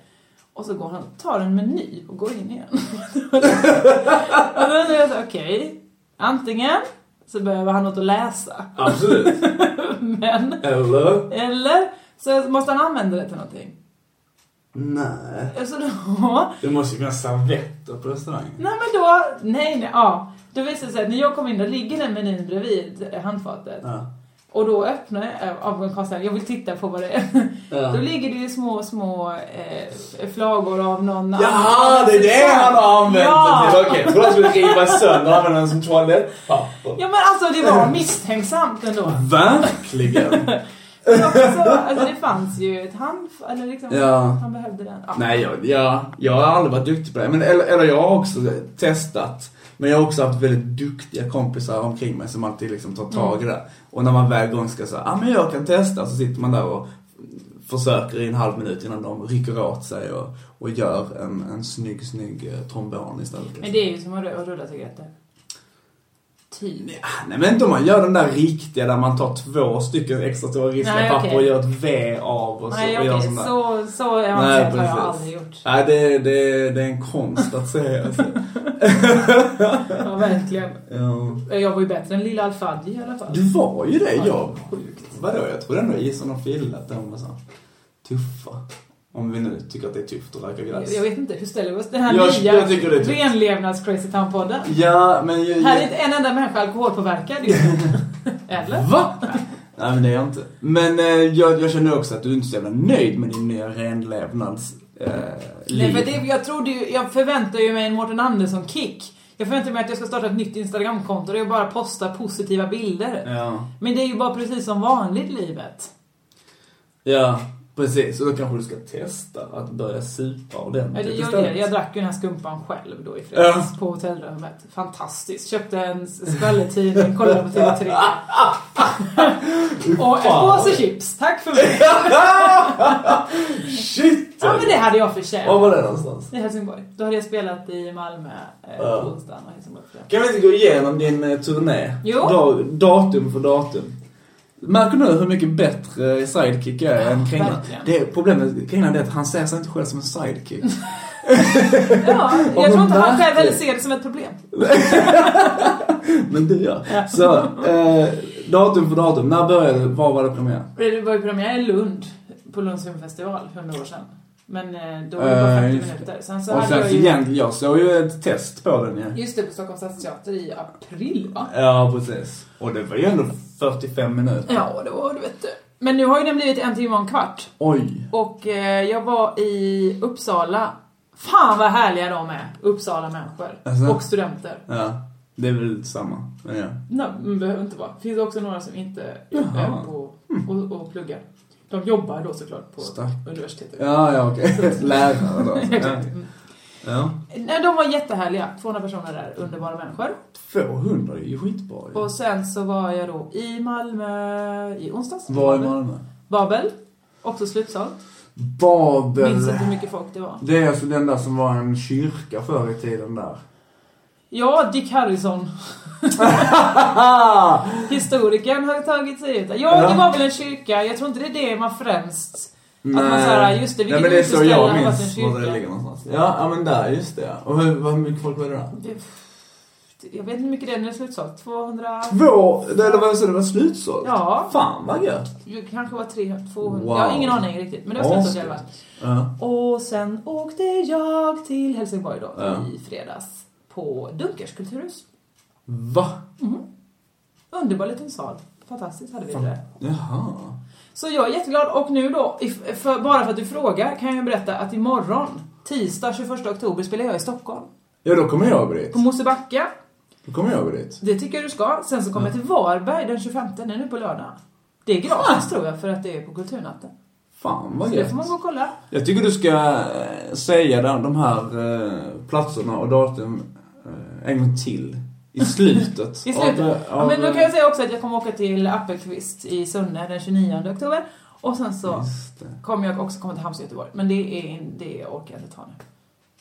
Speaker 4: Och så går han, tar en meny och går in igen. och då undrar jag så, här, okej. antingen så behöver han något att läsa.
Speaker 5: Absolut.
Speaker 4: Men,
Speaker 5: Eller?
Speaker 4: eller så måste han använda det till någonting.
Speaker 5: Nej.
Speaker 4: Så då,
Speaker 5: Det måste ju finnas servetter på restaurangen.
Speaker 4: nej men då, nej nej, ja. Då visade det sig att när jag kom in, då ligger den menyn bredvid eh, handfatet.
Speaker 5: Ja.
Speaker 4: Och då öppnar jag eh, av en konstnär, jag vill titta på vad det är.
Speaker 5: Ja.
Speaker 4: Då ligger det ju små, små eh, f- flagor av någon Alltså,
Speaker 5: Jaha, det är det han har använt
Speaker 4: ja.
Speaker 5: det till. Okej, jag trodde han skulle riva sönder och använda den som toalettpapper.
Speaker 4: Ja men alltså det var misstänksamt ändå.
Speaker 5: Verkligen!
Speaker 4: Men också, alltså det fanns ju ett handfat, eller liksom,
Speaker 5: Ja.
Speaker 4: han behövde den. Ja.
Speaker 5: Nej, jag, jag, jag har aldrig varit duktig på det. Men, eller, eller jag har också testat. Men jag har också haft väldigt duktiga kompisar omkring mig som alltid liksom tar tag
Speaker 4: Mm.
Speaker 5: i det. Och när man väl gång ska säga, ah, men jag kan testa, så sitter man där och försöker i en halv minut innan de rycker åt sig och, och gör en, en snygg, snygg eh, trombon istället.
Speaker 4: Men det är ju som att ru- att rulla cigaretter. Typ.
Speaker 5: Ja, nej men inte om man gör den där riktiga där man tar två stycken extra stora
Speaker 4: Nej,
Speaker 5: rissliga
Speaker 4: okej.
Speaker 5: papper och gör ett V av och så.
Speaker 4: Nej
Speaker 5: och gör
Speaker 4: okej,
Speaker 5: sån där.
Speaker 4: så, så är avancerat har
Speaker 5: Nej,
Speaker 4: jag
Speaker 5: precis.
Speaker 4: aldrig gjort.
Speaker 5: Nej, det, det, det är en konst att säga. Alltså.
Speaker 4: Ja, verkligen.
Speaker 5: Ja.
Speaker 4: Jag var ju bättre än Lilla Alfadji i alla fall.
Speaker 5: Du var ju det,
Speaker 4: Ja,
Speaker 5: jag.
Speaker 4: sjukt.
Speaker 5: Vadå, jag tror ändå Jason har filat dem och så. Tuffa. Om vi nu tycker att det är tufft att röka
Speaker 4: Jag,
Speaker 5: gräs.
Speaker 4: jag vet inte, hur ställer vi oss till den här
Speaker 5: Jag-
Speaker 4: nya
Speaker 5: jag tycker det är typ-
Speaker 4: renlevnads-crazy town-podden?
Speaker 5: Ja, men ju...
Speaker 4: Här är inte en enda människa alkoholpåverkad just nu. Eller?
Speaker 5: Va? Nej men det är jag inte. Men eh, jag, jag känner också att du inte är så jävla nöjd med din nya renlevnads... Eh,
Speaker 4: Nej,
Speaker 5: liv.
Speaker 4: för det, jag, trodde ju, jag förväntar ju mig en Mårten Andersson-kick. Jag förväntar mig att jag ska starta ett nytt Instagramkonto där jag bara postar positiva bilder.
Speaker 5: Ja.
Speaker 4: Men det är ju bara precis som vanligt livet.
Speaker 5: ja, precis. Och då kanske du ska testa att börja supa
Speaker 4: Jag,
Speaker 5: ordentligt
Speaker 4: jag, jag, jag drack ju den här skumpan själv då i fredags på hotellrummet. Fantastiskt. Köpte en skvallertidning, kollade på TV3.
Speaker 5: Ah,
Speaker 4: Och en påse chips. Tack för mig.
Speaker 5: Shit! alltså.
Speaker 4: Ja men det hade jag förtjänat.
Speaker 5: Var var det någonstans?
Speaker 4: I Helsingborg. Då hade jag spelat i Malmö eh,
Speaker 5: Ja.
Speaker 4: på onsdagen och Helsingborg på fredag.
Speaker 5: Kan vi inte gå igenom din eh, turné?
Speaker 4: Jo.
Speaker 5: Da- datum för datum. Märker du hur mycket bättre sidekick jag är än Kringlan?
Speaker 4: verkligen.
Speaker 5: Det problemet Kringlan är att han ser sig inte själv som en sidekick.
Speaker 4: Ja,
Speaker 5: men
Speaker 4: jag tror inte han
Speaker 5: verkligen.
Speaker 4: själv heller ser det som ett problem.
Speaker 5: Men du gör. Så, eh, datum för datum. När började du? Var var det premiär?
Speaker 4: Det var ju premiär i Lund, på Lunds filmfestival, för några år sedan. Men eh, då var det bara
Speaker 5: Eh,
Speaker 4: 40
Speaker 5: just det.
Speaker 4: minuter. Sen så
Speaker 5: och
Speaker 4: hade
Speaker 5: sen
Speaker 4: jag
Speaker 5: så
Speaker 4: Alltså, ju...
Speaker 5: egentligen, jag såg ju ett test på den ju.
Speaker 4: Just det, på Stockholms stadsteater i april va?
Speaker 5: Ja, precis. Och det var ju ändå 45 minuter.
Speaker 4: Ja, det var det vet du. Men nu har ju den blivit en timme och en kvart.
Speaker 5: Oj.
Speaker 4: Och eh, jag var i Uppsala. Fan vad härliga de är, Uppsala-människor.
Speaker 5: Alltså?
Speaker 4: Och studenter.
Speaker 5: Ja, det är väl samma. Men ja.
Speaker 4: Nej, men behöver inte vara. Finns det också några som inte
Speaker 5: Jaha. Mm.
Speaker 4: är på och, och pluggar. De jobbar då såklart på
Speaker 5: Stackare.
Speaker 4: universitetet.
Speaker 5: Ja, ja okej. Lärare då. Ja.
Speaker 4: Exakt. Mm.
Speaker 5: ja.
Speaker 4: Nej, de var jättehärliga. 200 personer där, underbara människor.
Speaker 5: 200 är ju skitbra ju.
Speaker 4: Och sen så var jag då i Malmö i onsdags.
Speaker 5: Var i Malmö?
Speaker 4: Babel. Också slutsålt.
Speaker 5: Babel.
Speaker 4: Minns inte hur mycket folk det var.
Speaker 5: Det är alltså den där som var en kyrka förr i tiden där.
Speaker 4: Ja, Dick Harrison. Historikern har tagit sig ut. Ja, det var väl en kyrka. Jag tror inte det är det man främst... Att man såhär, just det,
Speaker 5: Nej
Speaker 4: vilket
Speaker 5: men det är så
Speaker 4: uteställe
Speaker 5: jag
Speaker 4: har varit
Speaker 5: minns
Speaker 4: en
Speaker 5: var det
Speaker 4: kyrka.
Speaker 5: ligger någonstans. Ja, ja men där, just det ja. Och hur, hur mycket folk var det där?
Speaker 4: Det- Jag vet inte hur mycket det är när det är slutsålt. 200...
Speaker 5: Två, eller vad sa du, det var slutsålt?
Speaker 4: Ja.
Speaker 5: Fan vad gött.
Speaker 4: Det kanske var 300, 200.
Speaker 5: Wow.
Speaker 4: Jag har ingen aning riktigt. Men det var slutsålt i alla fall.
Speaker 5: Ja.
Speaker 4: Och sen åkte jag till Helsingborg då
Speaker 5: Ja.
Speaker 4: i fredags. På Dunkers kulturhus.
Speaker 5: Va?
Speaker 4: Underbar liten sal. Fantastiskt hade vi det.
Speaker 5: Jaha.
Speaker 4: Så jag är jätteglad och nu då, if- för, bara för att du frågar, kan jag berätta att imorgon, tisdag 21 oktober, spelar jag i Stockholm.
Speaker 5: Ja då kommer jag gå dit.
Speaker 4: På Mosebacke.
Speaker 5: Då kommer jag gå dit.
Speaker 4: Det tycker jag du ska. Sen så kommer jag till Varberg den 25, det är nu på lördag. Det är gratis tror jag för att det är på kulturnatten.
Speaker 5: Fan vad
Speaker 4: Så det
Speaker 5: gött.
Speaker 4: får man gå och kolla.
Speaker 5: Jag tycker du ska eh, säga de- de här eh, platserna och datum eh, en gång till. I slutet.
Speaker 4: I slutet.
Speaker 5: av, eh,
Speaker 4: ja,
Speaker 5: av,
Speaker 4: men då kan
Speaker 5: eh,
Speaker 4: jag säga också att jag kommer åka till Appelqvist i Sunne den 29 oktober. Och sen så
Speaker 5: Just det.
Speaker 4: kommer jag också komma till Halmstad Göteborg. Men det, är, det orkar jag inte ta nu.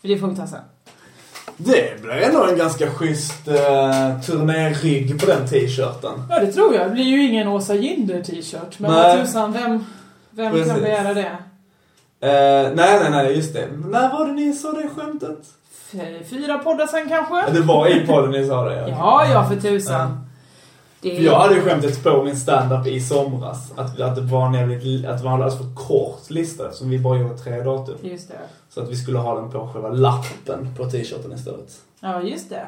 Speaker 4: För det får vi ta sen.
Speaker 5: eh, Det blir ändå en ganska schysst eh, turnérygg på den t-shirten.
Speaker 4: Ja, det tror jag. Det blir ju ingen Åsa Ginder t-shirt. Men
Speaker 5: Nej.
Speaker 4: vad tusan, vem, vem kan
Speaker 5: Precis.
Speaker 4: begära det?
Speaker 5: Eh, nej, nej, nej, just det. När var det ni sa det skämtet?
Speaker 4: F- Fyra poddar sen
Speaker 5: Ja,
Speaker 4: kanske?
Speaker 5: det var i podden ni sa det,
Speaker 4: Ja, ja, för tusan. Det
Speaker 5: För jag hade ju skämtet på min standup i somras. Att, att det var en jävligt, att det var en alldeles för kort lista som vi bara gjorde tre datum.
Speaker 4: Just det.
Speaker 5: Så att vi skulle ha den på själva lappen på t-shirten istället.
Speaker 4: Ja, just det.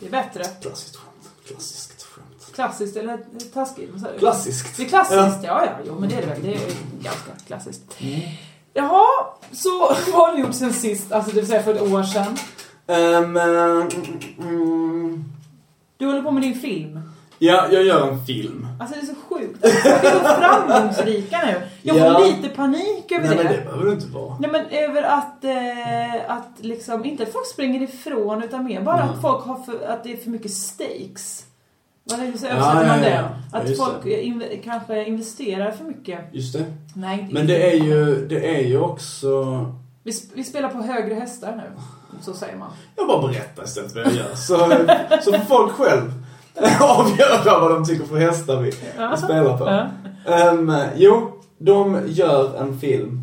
Speaker 4: Det är bättre.
Speaker 5: Klassiskt skämt. Klassiskt skämt.
Speaker 4: Klassiskt eller taskigt? Vad sa du?
Speaker 5: Klassiskt.
Speaker 4: Det är klassiskt, ja. ja jo men det är det väl. Det är ganska klassiskt.
Speaker 5: Mm.
Speaker 4: Jaha, så vad har du gjort sen sist? Alltså det vill säga för ett år sedan.
Speaker 5: Ehm, eh, mm, mm.
Speaker 4: Du håller på med din film.
Speaker 5: Ja, jag gör en film.
Speaker 4: Alltså det är så sjukt. Vi är så framgångsrika nu. Jag får
Speaker 5: Ja.
Speaker 4: lite panik över
Speaker 5: Nej
Speaker 4: det.
Speaker 5: men det behöver du inte vara.
Speaker 4: Nej men över att, eh, att liksom, inte att folk springer ifrån utan mer bara
Speaker 5: Mm.
Speaker 4: att folk har för, att det är för mycket stakes. Vad är det, så översätter
Speaker 5: ja,
Speaker 4: man
Speaker 5: ja.
Speaker 4: det?
Speaker 5: Ja,
Speaker 4: Att
Speaker 5: just
Speaker 4: folk inv- kanske investerar för mycket.
Speaker 5: Just det.
Speaker 4: Nej, inte-
Speaker 5: Men det är ju, det är ju också...
Speaker 4: Vi, sp- vi spelar på högre hästar nu. Så säger man.
Speaker 5: Jag bara berättar istället vad jag gör. Så, så får folk själv avgöra vad de tycker för hästar vi vi spelar på.
Speaker 4: Ja.
Speaker 5: Ehm, jo, de gör en film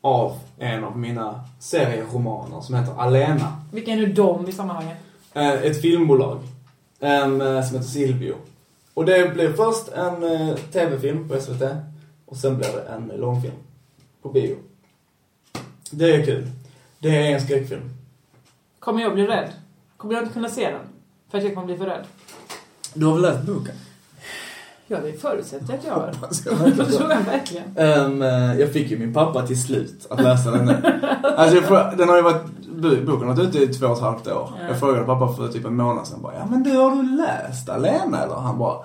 Speaker 5: av en av mina serieromaner som heter Alena.
Speaker 4: Vilka är nu de i sammanhanget?
Speaker 5: Eh, ett filmbolag ehm, eh, som heter Silvio. Och det blev först en eh, tv-film på SVT och sen blev det en långfilm på bio. Det är kul. Det är en skräckfilm.
Speaker 4: Kommer jag bli rädd? Kommer jag inte kunna se den? För att jag kommer bli för rädd?
Speaker 5: Du har väl läst boken?
Speaker 4: Ja, det förutsätter jag att jag gör.
Speaker 5: Hoppas jag
Speaker 4: Det
Speaker 5: verkligen.
Speaker 4: tror jag verkligen.
Speaker 5: Ehm, eh, jag fick ju min pappa till slut att läsa den nu. Alltså jag, frå- den har ju varit, bu- boken har varit ute i två och ett halvt år. Jag frågade pappa för typ en månad sedan bara, ja men du har du läst Alena eller? Han bara,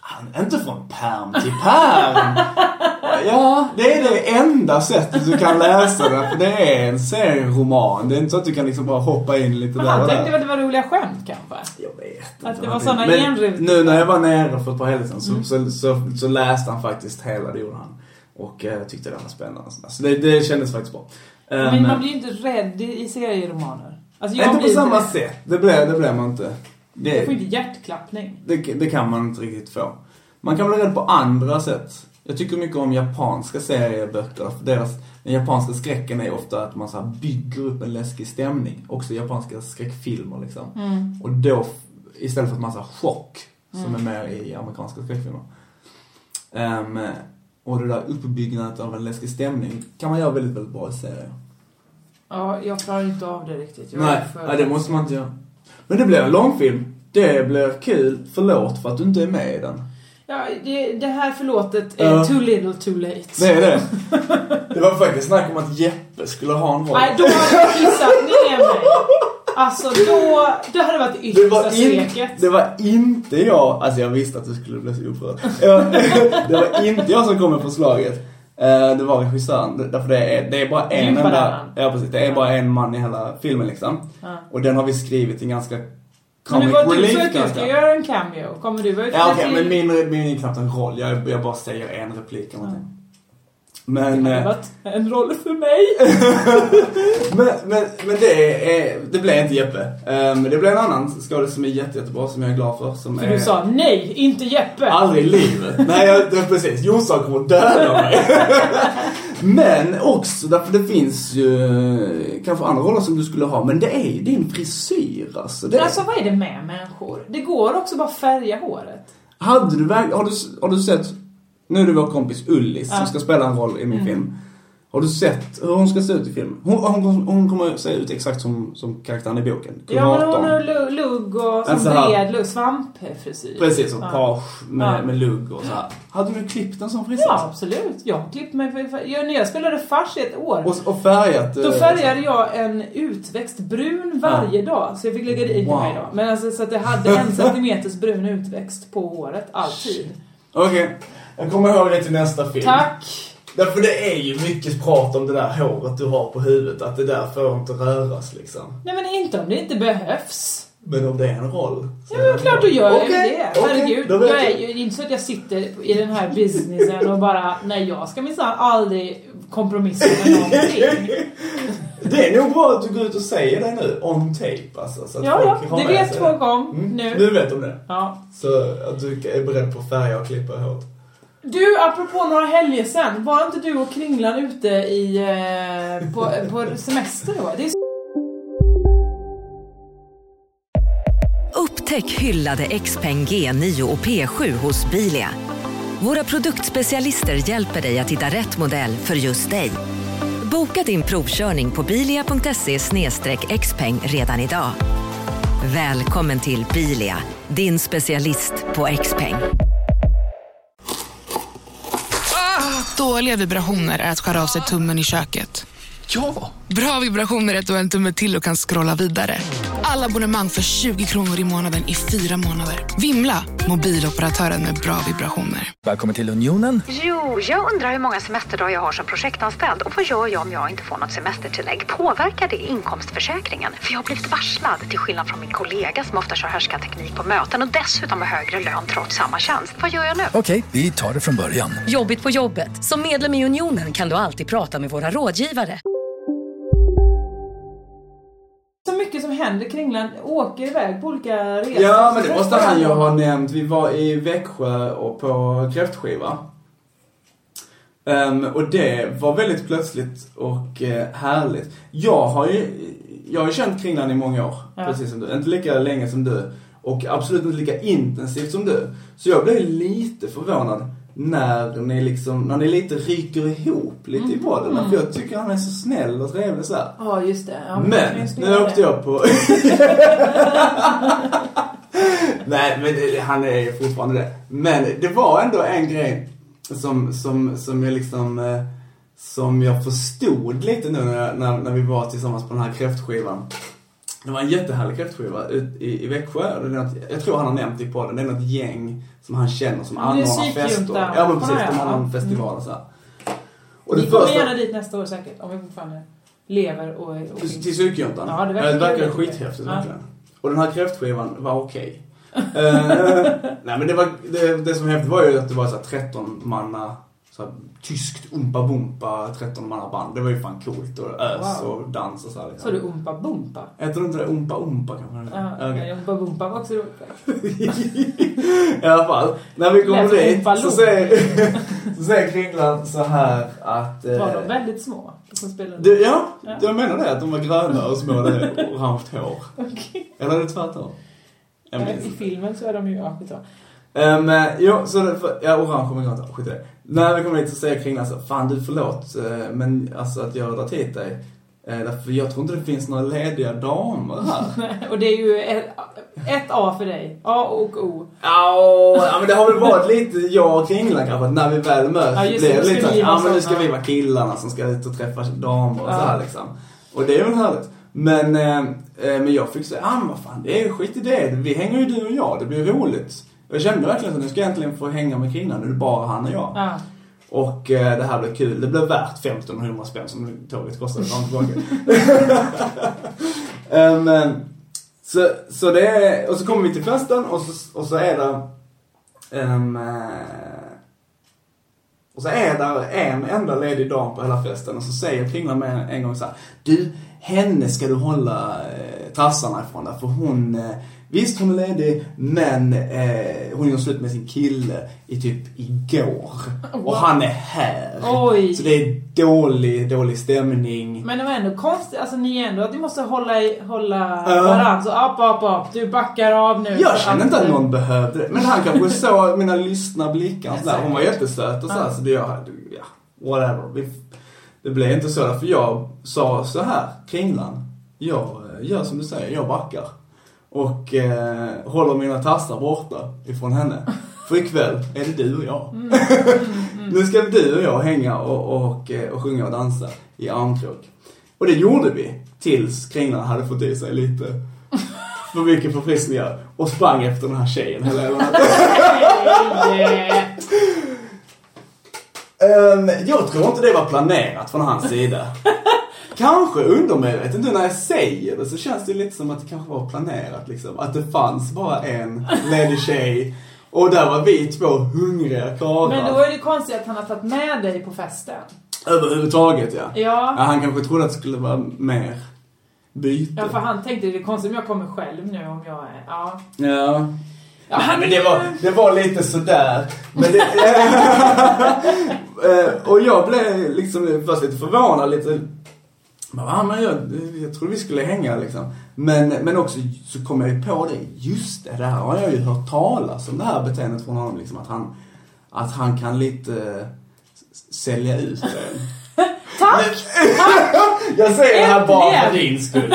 Speaker 5: "Ah, inte från pärm till pärm. ja, det är det enda sättet du kan läsa den för det är en serieroman. Det är inte så att du kan liksom bara hoppa in lite
Speaker 4: Men
Speaker 5: där och
Speaker 4: han
Speaker 5: där.
Speaker 4: tänkte väl att det var roliga skämt kanske?
Speaker 5: Jag vet
Speaker 4: Att det
Speaker 5: vad
Speaker 4: var
Speaker 5: han
Speaker 4: såna
Speaker 5: vill.
Speaker 4: genrutor.
Speaker 5: Nu när jag var nere för ett par helger sedan så, så, så, så läste han faktiskt hela, det gjorde han. Och eh, tyckte det var spännande. och sådär. Så det, det kändes faktiskt bra.
Speaker 4: Men
Speaker 5: Ehm,
Speaker 4: man blir ju inte rädd i i serieromaner. Alltså, jag
Speaker 5: inte på
Speaker 4: blir
Speaker 5: samma
Speaker 4: rädd.
Speaker 5: sätt. Det blir, det blir man inte.
Speaker 4: Jag
Speaker 5: Det,
Speaker 4: får inte hjärtklappning.
Speaker 5: det, det kan man inte riktigt få. Man kan bli rädd på andra sätt. Jag tycker mycket om japanska serieböcker. För deras, den japanska skräcken är ofta att man så här bygger upp en läskig stämning. Också japanska skräckfilmer liksom. Och då, f- istället för att man så här chock, som är mer i amerikanska skräckfilmer. Ehm, och det där uppbyggnaden av en läskig stämning kan man göra väldigt, väldigt bra i serier.
Speaker 4: Ja, jag klarar inte av det riktigt. Jag
Speaker 5: Nej,
Speaker 4: är för-
Speaker 5: nej, det måste man inte göra. Men det blir en långfilm. Det blir kul. Förlåt för att du inte är med i den.
Speaker 4: Ja, det, det här förlåtet är
Speaker 5: Ja.
Speaker 4: too little too late.
Speaker 5: Det är det. Det var faktiskt snack om att Jeppe skulle ha en roll.
Speaker 4: Nej, då hade jag kissat ner mig. Alltså då, det hade varit
Speaker 5: det,
Speaker 4: yttersta
Speaker 5: var in,
Speaker 4: sveket.
Speaker 5: det var inte jag, alltså jag visste att du skulle bli så upprörd. Jag- Det var inte jag som kom med förslaget. Eh, Det var regissören, Det- därför det är, det är bara en
Speaker 4: Jimpa
Speaker 5: enda,
Speaker 4: Lannan.
Speaker 5: ja, precis, det är bara en man i hela filmen liksom.
Speaker 4: Ja.
Speaker 5: Och den har vi skrivit i ganska
Speaker 4: Men nu
Speaker 5: comic
Speaker 4: var du
Speaker 5: relief
Speaker 4: för att du
Speaker 5: ganska.
Speaker 4: ska göra en cameo. Kommer du vara ute
Speaker 5: alltså. Ja, okej, men
Speaker 4: till...
Speaker 5: min, min är knappt en roll. Jag, jag bara säger en replik eller någonting.
Speaker 4: Det
Speaker 5: Men,
Speaker 4: hade
Speaker 5: eh,
Speaker 4: varit en roll för mig.
Speaker 5: men, men, men det, är, det blev inte Jeppe. Eh, Men det blev en annan skådis som är jätte, jättebra, som jag är glad för. Som
Speaker 4: För
Speaker 5: är
Speaker 4: du sa nej, inte Jeppe.
Speaker 5: aldrig i livet. Nej, jag, det, precis. Jossan kommer att döda mig. men också därför det finns ju eh, kanske andra roller som du skulle ha. Men det är ju din frisyr alltså. Det,
Speaker 4: Alltså vad är det med människor? Det går också bara att färga håret.
Speaker 5: Hade du verkligen, har du, har du sett, nu är det vår kompis Ullis som
Speaker 4: Ja. Mm.
Speaker 5: ska spela en roll i min film. Har du sett hur hon ska se ut i filmen? Hon, hon, hon kommer se ut exakt som, som karaktären i boken.
Speaker 4: Ja men hon
Speaker 5: Kuratorn.
Speaker 4: har lu- lugg och
Speaker 5: Men så
Speaker 4: sån
Speaker 5: här-
Speaker 4: bred lugg, svampfrisyr.
Speaker 5: Alltså, Precis, som
Speaker 4: Ja.
Speaker 5: page med,
Speaker 4: Ja.
Speaker 5: med lugg och så här. Hade du klippt en sån frisyr?
Speaker 4: Ja absolut. Jag har klippt mig för, för, jag, när jag spelade fars i ett år.
Speaker 5: Och, och färgat?
Speaker 4: Då
Speaker 5: eh,
Speaker 4: färgade jag en utväxt brun varje dag, så jag fick lägga det i mig
Speaker 5: Wow.
Speaker 4: varje dag. Men alltså så att jag hade en centimeters brun utväxt på håret, alltid.
Speaker 5: Okej. Jag kommer ihåg det till nästa film.
Speaker 4: Tack!
Speaker 5: Därför det är ju mycket prat om det där håret du har på huvudet. Att det där får inte röras liksom.
Speaker 4: Nej men inte om det inte behövs.
Speaker 5: Men om det är en roll. så
Speaker 4: Ja
Speaker 5: är
Speaker 4: men
Speaker 5: det
Speaker 4: klart
Speaker 5: bra.
Speaker 4: du gör
Speaker 5: Okej,
Speaker 4: det.
Speaker 5: okej,
Speaker 4: Herregud.
Speaker 5: då vet
Speaker 4: jag
Speaker 5: jag.
Speaker 4: är ju, det är inte så att jag sitter i den här businessen och bara, nej jag ska minsann aldrig kompromissa med någonting.
Speaker 5: Det är nog bra att du går ut och säger det nu, on tape alltså. Så att
Speaker 4: Ja,
Speaker 5: folk
Speaker 4: ja,
Speaker 5: har
Speaker 4: det
Speaker 5: med
Speaker 4: vet
Speaker 5: sig
Speaker 4: folk om
Speaker 5: Mm,
Speaker 4: nu.
Speaker 5: Du vet om det.
Speaker 4: Ja,
Speaker 5: Så att du är beredd på att färga och klippa håret.
Speaker 4: Du, apropå några helger sen, var inte du och Kringlan ute i, eh, på, på semester då? Det är så
Speaker 6: Upptäck hyllade XPeng G9 och P7 hos Bilia. Våra produktspecialister hjälper dig att hitta rätt modell för just dig. Boka din provkörning på bilia.se xpeng redan idag. Välkommen till Bilia, din specialist på XPeng.
Speaker 7: Dåliga vibrationer är att skära av sig tummen i köket.
Speaker 5: Ja!
Speaker 7: Bra vibrationer är ett och en tumme till och kan scrolla vidare. Alla abonnemang för 20 kronor i månaden i fyra månader. Vimla! Mobiloperatören med bra vibrationer.
Speaker 8: Välkommen till Unionen.
Speaker 9: Jo, jag undrar hur många semesterdagar jag har som projektanställd och vad gör jag om jag inte får något semestertillägg? Påverkar det inkomstförsäkringen? För jag har blivit varslad, till skillnad från min kollega som ofta kör teknik på möten och dessutom har högre lön trots samma tjänst. Vad gör jag nu?
Speaker 8: Okej, vi tar det från början.
Speaker 10: Jobbigt på jobbet. Som medlem i Unionen kan du alltid prata med våra rådgivare.
Speaker 4: Så mycket som händer Kringland åker iväg på olika resor.
Speaker 5: Ja, men det måste han ju ha nämnt. Vi var i Växjö och på kräftskiva. Ehm, och det var väldigt plötsligt och eh, härligt. Jag har ju, jag har ju känt Kringland i många år,
Speaker 11: Ja.
Speaker 5: precis som du. Inte lika länge som du och absolut inte lika intensivt som du. Så jag blev lite förvånad när ni liksom, när ni lite ryker ihop lite i podden. För jag tycker han är så snäll och trevlig så här.
Speaker 4: Ja, just det. Ja,
Speaker 5: Men,
Speaker 4: just det.
Speaker 5: nu åkte jag på... Nej, men det, han är ju fortfarande det. Men det var ändå en grej som, som, som jag liksom... eh, Som jag förstod lite nu när, jag- när, när vi var tillsammans på den här kräftskivan. Det var en jättehärlig kräftskiva ut i, i Växjö. Och Det är något, jag tror han har nämnt det i podden. Det är något gäng som han känner som
Speaker 4: Ja, det är
Speaker 5: anordnar
Speaker 4: psykjuntan.
Speaker 5: fester. Ja, men precis. De
Speaker 4: Ja, Mm.
Speaker 5: har
Speaker 4: ja.
Speaker 5: någon festival och så här. Och det
Speaker 4: Vi kommer
Speaker 5: första-
Speaker 4: gärna dit nästa år säkert, om vi fortfarande lever och... är- och
Speaker 5: till, till psykjuntan?
Speaker 4: Ja, det
Speaker 5: Ja,
Speaker 4: verkar,
Speaker 5: det verkar
Speaker 4: kul.
Speaker 5: skithäftigt
Speaker 4: Ja.
Speaker 5: verkligen. Och den här kräftskivan var okej. Eh, nej men det, var, det, det som var häftigt var ju att det var så här 13 manna så här, tyskt umpa bumpa 13 manna band. Det var ju fan coolt och ös
Speaker 4: Wow.
Speaker 5: och dans och så här, liksom.
Speaker 4: Så du umpa bumpa?
Speaker 5: Heter det inte det umpa umpa kanske?
Speaker 4: Ja,
Speaker 5: Ja, okej.
Speaker 4: okay. umpa bumpa var också roligt.
Speaker 5: I alla fall, när vi kommer
Speaker 4: Lät som
Speaker 5: dit
Speaker 4: Umpa
Speaker 5: så
Speaker 4: Loop.
Speaker 5: säger, så säger Kringlan så här att... eh,
Speaker 4: Var de väldigt små? Som spelade?
Speaker 5: du, ja, jag menar det. Att de var gröna och små hade orange hår. Eller är det tvärtom? Jag minns
Speaker 4: I filmen så är de ju... Ja, skitsamma.
Speaker 5: Um, jo, så det, för, ja, orange kommer jag inte skit i det. När vi kom hit så säger Kringlan så här, fan du förlåt, eh, men alltså att jag har dragit hit dig. Eh, Därför jag tror inte det finns några lediga damer här.
Speaker 4: och det är ju ett, ett A för dig. A och O.
Speaker 5: Ja, ja, men det har väl varit lite jag och Kringlan kanske, att när vi väl möts
Speaker 4: Ja, just det, då
Speaker 5: blir det
Speaker 4: ska
Speaker 5: lite att,
Speaker 4: vi vara
Speaker 5: ja men nu ska
Speaker 4: sådana."
Speaker 5: vi vara killarna som ska ut och träffa damer och
Speaker 4: Ja.
Speaker 5: så här liksom. Och det är väl härligt. Men, eh, eh, men jag fick säga, ah men vad fan, det är ju skit i det. Vi hänger ju du och jag, det blir roligt. Jag kände verkligen att nu ska jag äntligen få hänga med Kringlan, nu är det bara han och jag.
Speaker 4: Ja.
Speaker 5: Och eh, det här blev kul. Det blev värt 1500 spänn som tåget kostade fram och tillbaka. Ehm, eh, så, så det är, och så kommer vi till festen och så, och så är det... ehm, eh, och så är där en enda ledig dam på hela festen och så säger Kringlan med en, en gång så här. Du, henne ska du hålla eh, tassarna ifrån där för hon, eh, visst hon är ledig men eh, hon gjorde slut med sin kille i typ igår. Och han är här.
Speaker 4: Oj.
Speaker 5: Så det är dålig, dålig stämning.
Speaker 4: Men det var ändå konstigt, alltså ni är ändå att ni måste hålla, i- hålla
Speaker 5: Ja.
Speaker 4: varandra. Så upp, upp, upp. Du backar av nu.
Speaker 5: Jag
Speaker 4: Så
Speaker 5: kände inte att
Speaker 4: du-
Speaker 5: någon behövde det. Men han kanske såg mina lyssna blickar. och
Speaker 4: Ja,
Speaker 5: sådär. Hon var
Speaker 4: säkert.
Speaker 5: jättesöt och så här,
Speaker 4: Ja.
Speaker 5: så det jag, ja, whatever. Vi, det blev inte så för jag sa så här, Kringlan, jag eh, gör som du säger, jag backar. Och eh, håller mina tassar borta ifrån henne. För ikväll är det du och jag.
Speaker 4: Mm.
Speaker 5: Mm. nu ska du och jag hänga och, och, eh, och sjunga och dansa i armkrok. Och det gjorde vi tills Kringlan hade fått i sig lite för mycket förfriskningar och sprang efter den här tjejen hela jävla natten. Ehm, jag tror inte det var planerat från hans sida. Kanske undermedvetet, nu när jag säger det så känns det lite som att det kanske var planerat liksom. Att det fanns bara en ledig tjej och där var vi två hungriga
Speaker 4: Men då
Speaker 5: karlar.
Speaker 4: är det konstigt att han har tagit med dig på festen.
Speaker 5: Överhuvudtaget ja.
Speaker 4: Ja.
Speaker 5: Han kanske trodde att det skulle vara mer byte.
Speaker 4: Ja, för han tänkte det är konstigt om jag kommer själv nu om jag är... Ja.
Speaker 5: Ja.
Speaker 4: Ja,
Speaker 5: Nej,
Speaker 4: han
Speaker 5: men
Speaker 4: är
Speaker 5: det
Speaker 4: ju-
Speaker 5: var, det var lite sådär. Men det, Eh, och jag blev liksom först lite förvånad, lite... Bara, "Va, men jag, jag trodde vi skulle hänga liksom. Men, men också så kom jag ju på det, just det, det här har jag ju hört talas om det här beteendet från honom liksom. Att han, att han kan lite eh, s- sälja ut en.
Speaker 4: Tack!
Speaker 5: Jag säger det här bara för
Speaker 4: Äntligen!
Speaker 5: din skull.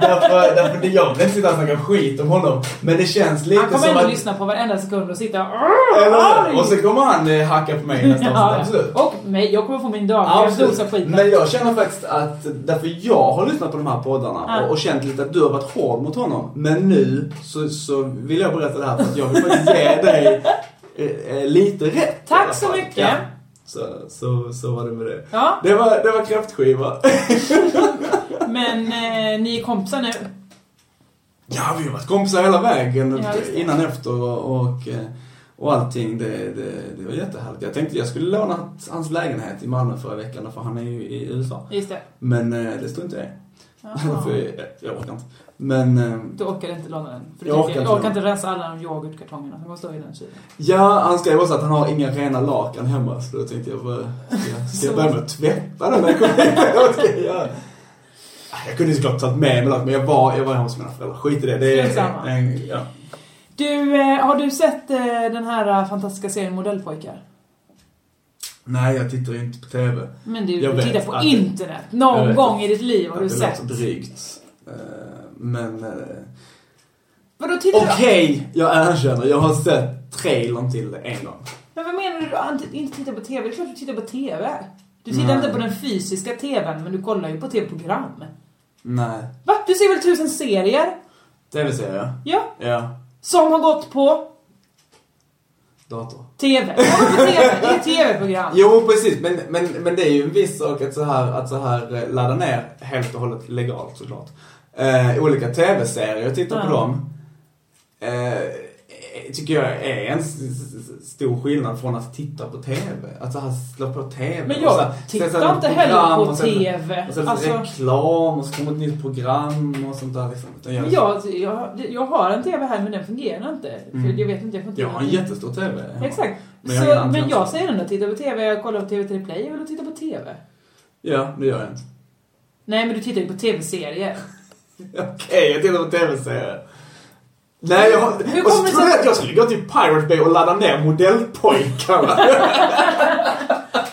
Speaker 5: därför, därför det- jag vill inte sitta och snacka skit om honom. Men det känns lite
Speaker 4: Han kommer
Speaker 5: som
Speaker 4: ändå
Speaker 5: att...
Speaker 4: lyssna på varenda sekund och sitta
Speaker 5: Eller hur?
Speaker 4: arg.
Speaker 5: Och så kommer han eh, hacka på mig nästa
Speaker 4: Ja,
Speaker 5: avsnitt, absolut.
Speaker 4: Och mig, jag kommer få min dag.
Speaker 5: Ja,
Speaker 4: jag
Speaker 5: absolut.
Speaker 4: dosar skiten.
Speaker 5: Men jag känner faktiskt att, därför jag har lyssnat på de här poddarna
Speaker 4: Ja.
Speaker 5: och, och känt lite att du har varit hård mot honom. Men nu så, så vill jag berätta det här för att jag vill faktiskt ge dig eh, eh, lite rätt. i alla
Speaker 4: Tack så
Speaker 5: fall.
Speaker 4: mycket.
Speaker 5: Ja. Så, så, så var det med det.
Speaker 4: Ja.
Speaker 5: Det var, det var kräftskiva.
Speaker 4: Men eh, ni är kompisar nu.
Speaker 5: Ja, vi har varit kompisar hela vägen.
Speaker 4: Ja, just det.
Speaker 5: innan, efter och, och, eh, och allting. Det, det, det var jättehärligt. Jag tänkte jag skulle låna hans- hans lägenhet i Malmö förra veckan, för han är ju i USA.
Speaker 4: Just det.
Speaker 5: Men eh, det stod inte det.
Speaker 4: Jaha.
Speaker 5: för jag, jag orkar inte. Men... eh,
Speaker 4: Du orkar inte låna den. För du
Speaker 5: Jag
Speaker 4: jag,
Speaker 5: orkar
Speaker 4: orkar jag
Speaker 5: inte
Speaker 4: orkar
Speaker 5: låna.
Speaker 4: inte rensa alla de yoghurtkartongerna som kommer stå i den kylen.
Speaker 5: Ja, han skrev också att han har inga rena lakan hemma. Så då tänkte jag, bara, ska- ska jag börja med att tvätta dem? Jag kommer inte ihåg vad jag ska göra. Jag kunde ju såklart tagit med mig lakan, men jag var, jag var hemma hos mina föräldrar. Skit i det. det
Speaker 4: Strunt samma.
Speaker 5: en, ja.
Speaker 4: Du, eh, har du sett eh, den här eh, fantastiska serien Modellpojkar?
Speaker 5: Nej, jag tittar ju inte på TV.
Speaker 4: Men du,
Speaker 5: Jag
Speaker 4: du
Speaker 5: vet
Speaker 4: tittar på
Speaker 5: att det-
Speaker 4: internet.
Speaker 5: jag
Speaker 4: Någon
Speaker 5: vet
Speaker 4: gång
Speaker 5: att-
Speaker 4: i ditt liv har
Speaker 5: att
Speaker 4: du
Speaker 5: det
Speaker 4: sett.
Speaker 5: låter drygt. Eh, Men... eh,
Speaker 4: Vadå tittar du-
Speaker 5: Okej, jag erkänner. Jag har sett trailern till det en gång.
Speaker 4: Men vad menar du då? Ant- inte titta på TV? Det är klart du tittar på TV. Du tittar
Speaker 5: Nej.
Speaker 4: inte på den fysiska TVn, men du kollar ju på TV-program.
Speaker 5: Nej.
Speaker 4: Va? Du ser väl tusen serier?
Speaker 5: TV-serie?
Speaker 4: Ja.
Speaker 5: Ja.
Speaker 4: Som har gått på
Speaker 5: Dator.
Speaker 4: TV. Kolla på TV. Det är TV-program.
Speaker 5: Jo, precis. Men, men, men det är ju en viss sak att så här, att så här eh, ladda ner helt och hållet legalt såklart. Eh, olika tv-serier och titta på
Speaker 4: Ja.
Speaker 5: dem. Eh, tycker jag är en s- s- stor skillnad från att titta på tv. Att så här slå på tv.
Speaker 4: Men
Speaker 5: och
Speaker 4: jag
Speaker 5: så här-
Speaker 4: tittar
Speaker 5: sen så här
Speaker 4: inte heller
Speaker 5: program
Speaker 4: på
Speaker 5: och sen-
Speaker 4: TV.
Speaker 5: Och sen
Speaker 4: Alltså-
Speaker 5: reklam och så kommer ett nytt program och sånt där liksom. Utan
Speaker 4: Men alltså, jag, jag, jag har en TV här, men den fungerar inte. För
Speaker 5: Mm.
Speaker 4: jag vet inte, jag får inte
Speaker 5: Jag har en jättestor tv. hemma.
Speaker 4: Exakt. Men
Speaker 5: Men
Speaker 4: jag,
Speaker 5: jag har ingen
Speaker 4: så,
Speaker 5: antenn.
Speaker 4: men jag säger ändå titta på TV, jag kollar på TV3 Play, jag vill titta på TV.
Speaker 5: Ja, det gör jag inte.
Speaker 4: Nej, men du tittar ju på TV-serier.
Speaker 5: Okej, jag tittar på tv-serier. Nej, jag har...
Speaker 4: Hur
Speaker 5: Och så
Speaker 4: kommer det
Speaker 5: trodde
Speaker 4: sig-
Speaker 5: jag att jag skulle gå till Pirate Bay och ladda ner modellpojkarna.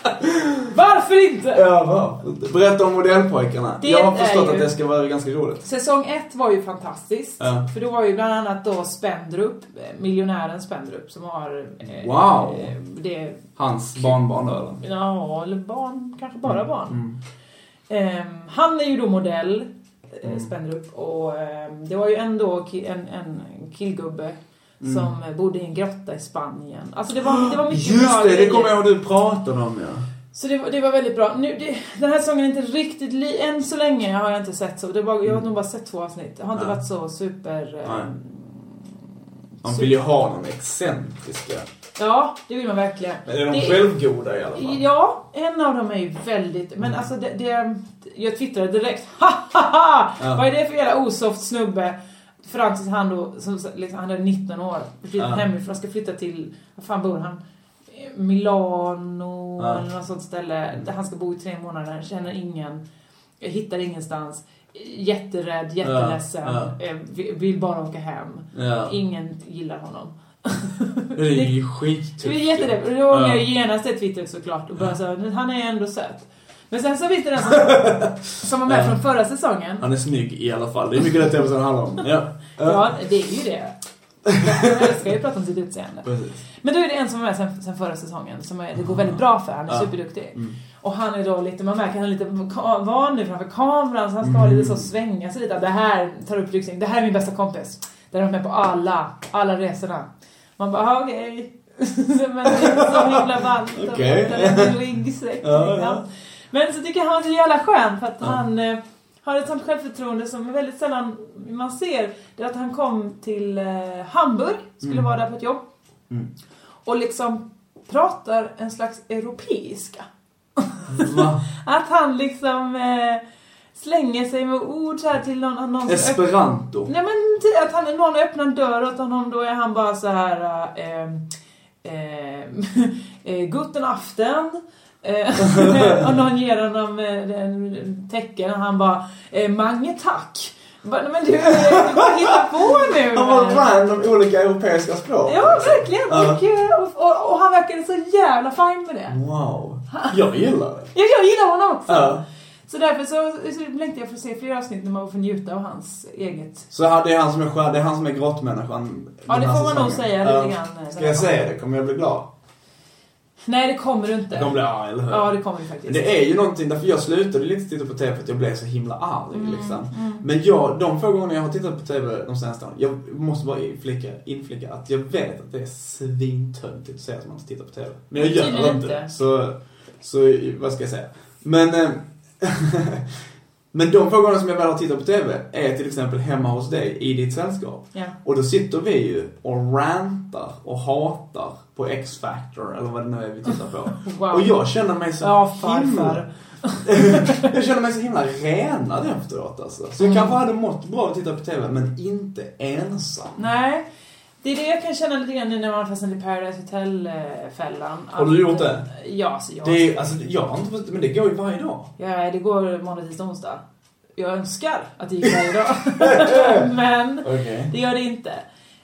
Speaker 4: Varför inte?
Speaker 5: ja, va? Berätta om modellpojkarna.
Speaker 4: Det
Speaker 5: jag har
Speaker 4: är
Speaker 5: förstått
Speaker 4: ju-
Speaker 5: att det ska vara ganska roligt.
Speaker 4: Säsong ett var ju fantastiskt.
Speaker 5: Ja.
Speaker 4: För då var ju bland annat då Spendrup, eh, miljonären Spendrup, som har... eh,
Speaker 5: Wow.
Speaker 4: eh, Det,
Speaker 5: Hans barnbarn då, eller?
Speaker 4: ja, eller barn, kanske bara barn.
Speaker 5: Mm.
Speaker 4: Ehm, han är ju då modell, eh,
Speaker 5: Mm.
Speaker 4: Spendrup, och ehm, det var ju ändå ki- en, en killgubbe
Speaker 5: Mm.
Speaker 4: som eh, bodde i en grotta i Spanien. Alltså det var, det var mycket
Speaker 5: Just
Speaker 4: bra
Speaker 5: det, det
Speaker 4: grejer.
Speaker 5: kommer jag ihåg du pratade om ja.
Speaker 4: Så det, var- det var väldigt bra. Nu, det, den här säsongen är inte riktigt li... Än så länge har jag inte sett så. Det var, jag har nog bara sett två avsnitt. Jag har inte
Speaker 5: Ja.
Speaker 4: varit så super... eh,
Speaker 5: Mm. Nej. Man vill ju ha någon excentriska.
Speaker 4: Ja, det vill man verkligen.
Speaker 5: Men är de
Speaker 4: Det-
Speaker 5: självgoda i alla fall?
Speaker 4: Ja, en av dem är ju väldigt... Men alltså det... det jag twittrade direkt. Ha, ha, ha!
Speaker 5: Ja.
Speaker 4: Vad är det för jävla osoft snubbe? Fram tills han då, som, liksom, han är 19 år, flyttat
Speaker 5: Ja.
Speaker 4: hemifrån, ska flytta till, vad fan bor han? Eh, Milano
Speaker 5: Ja.
Speaker 4: eller något sånt ställe där han ska bo i tre månader, känner ingen, hittar ingenstans, jätterädd, jätteledsen,
Speaker 5: ja.
Speaker 4: eh, vi- vill bara åka hem.
Speaker 5: Ja.
Speaker 4: Ingen gillar honom.
Speaker 5: Det är ju skittufft.
Speaker 4: Det är jättedepp. Och Då ångrar
Speaker 5: Ja.
Speaker 4: jag genast det Twitter såklart och börjar säga "Men han är ändå söt. Men sen så finns det den som, som var med
Speaker 5: Ja.
Speaker 4: från förra säsongen.
Speaker 5: Han är snygg i alla fall. Det är mycket det tv-serien handlar om. Ja.
Speaker 4: Ja, det är ju det. Jag älskar ju att prata om sitt utseende.
Speaker 5: Precis.
Speaker 4: Men då är det en som var med sen, sen förra säsongen som är, det går väldigt bra för. Han är
Speaker 5: Ja. Mm.
Speaker 4: superduktig. Och han är då lite, man märker han är lite ka- van nu framför kameran så han ska lite så
Speaker 5: Mm.
Speaker 4: svänga sig lite. Det här, tar upp ryggsäcken. Det här är min bästa kompis. Där har varit med på alla, alla resorna. Man bara, "Ah, okej. Men det är så himla ballt. Och
Speaker 5: Okej.
Speaker 4: där är min ryggsäck.
Speaker 5: Ja, ja.
Speaker 4: liksom. Men så tycker jag han är så jävla skön för att han eh, har ett sånt självförtroende som är väldigt sällan man ser. Det är att han kom till eh, Hamburg, skulle
Speaker 5: Mm.
Speaker 4: vara där på ett jobb. Och liksom pratar en slags europeiska.
Speaker 5: Va?
Speaker 4: Att han liksom eh, slänger sig med ord så här till någon, någon som
Speaker 5: Esperanto.
Speaker 4: Nej men ty- att han, någon öppnar en dörr åt honom då är han bara så här eh, eh, eh, Guten aften. Eh, och någon ger honom eh, en tecken och han bara eh, Mange tack. Bara, Men du, eh, du hittar på nu!
Speaker 5: Han var random olika europeiska språk.
Speaker 4: Ja, verkligen!
Speaker 5: Ja.
Speaker 4: Och, eh, Och, och, och han verkade så jävla fin med det.
Speaker 5: Wow. Jag gillar det.
Speaker 4: Ja, jag gillar honom också!
Speaker 5: Ja.
Speaker 4: Så därför så, så längtade jag för att se fler avsnitt när man får njuta av hans eget...
Speaker 5: Så ja, det är han som är, skär- det är, han som är grottmänniskan.
Speaker 4: Ja, det
Speaker 5: den här
Speaker 4: får man nog
Speaker 5: säsongen.
Speaker 4: säga lite
Speaker 5: Ja.
Speaker 4: grann, eh,
Speaker 5: Ska jag säga det? Kommer jag bli glad?
Speaker 4: Nej, det kommer du inte.
Speaker 5: De blir arga, eller hur?
Speaker 4: Ja, det kommer du faktiskt.
Speaker 5: Det är ju någonting, därför jag slutade lite titta på TV för att jag blev så himla arg
Speaker 4: Mm,
Speaker 5: liksom.
Speaker 4: mm.
Speaker 5: Men jag, de få gånger jag har tittat på TV de senaste åren, jag måste bara inflika, inflika att jag vet att det är svintöntigt att säga att man inte tittar på TV. Men jag gör det
Speaker 4: Tydligen
Speaker 5: inte.
Speaker 4: inte.
Speaker 5: Så, så vad ska jag säga? Men, eh, men de få gånger som jag väl har tittat på TV är till exempel hemma hos dig i ditt sällskap.
Speaker 4: Ja.
Speaker 5: Och då sitter vi ju och rantar och hatar på X-Factor eller vad det nu är vi tittar på.
Speaker 4: Wow.
Speaker 5: Och jag känner mig så
Speaker 4: Ja, farfar.
Speaker 5: himla... jag känner mig så himla renad efteråt alltså. Så jag
Speaker 4: Mm.
Speaker 5: kanske hade mått bra av att titta på TV, men inte ensam.
Speaker 4: Nej. Det är det jag kan känna lite grann nu när man fastnade i Paradise Hotel-fällan.
Speaker 5: Har du gjort det?
Speaker 4: Ja, så jag...
Speaker 5: Det är, alltså, jag har inte fått, men det går ju varje dag.
Speaker 4: Ja, det går måndag, tisdag, onsdag. Jag önskar att det gick varje dag. Men
Speaker 5: Okej.
Speaker 4: det gör det inte.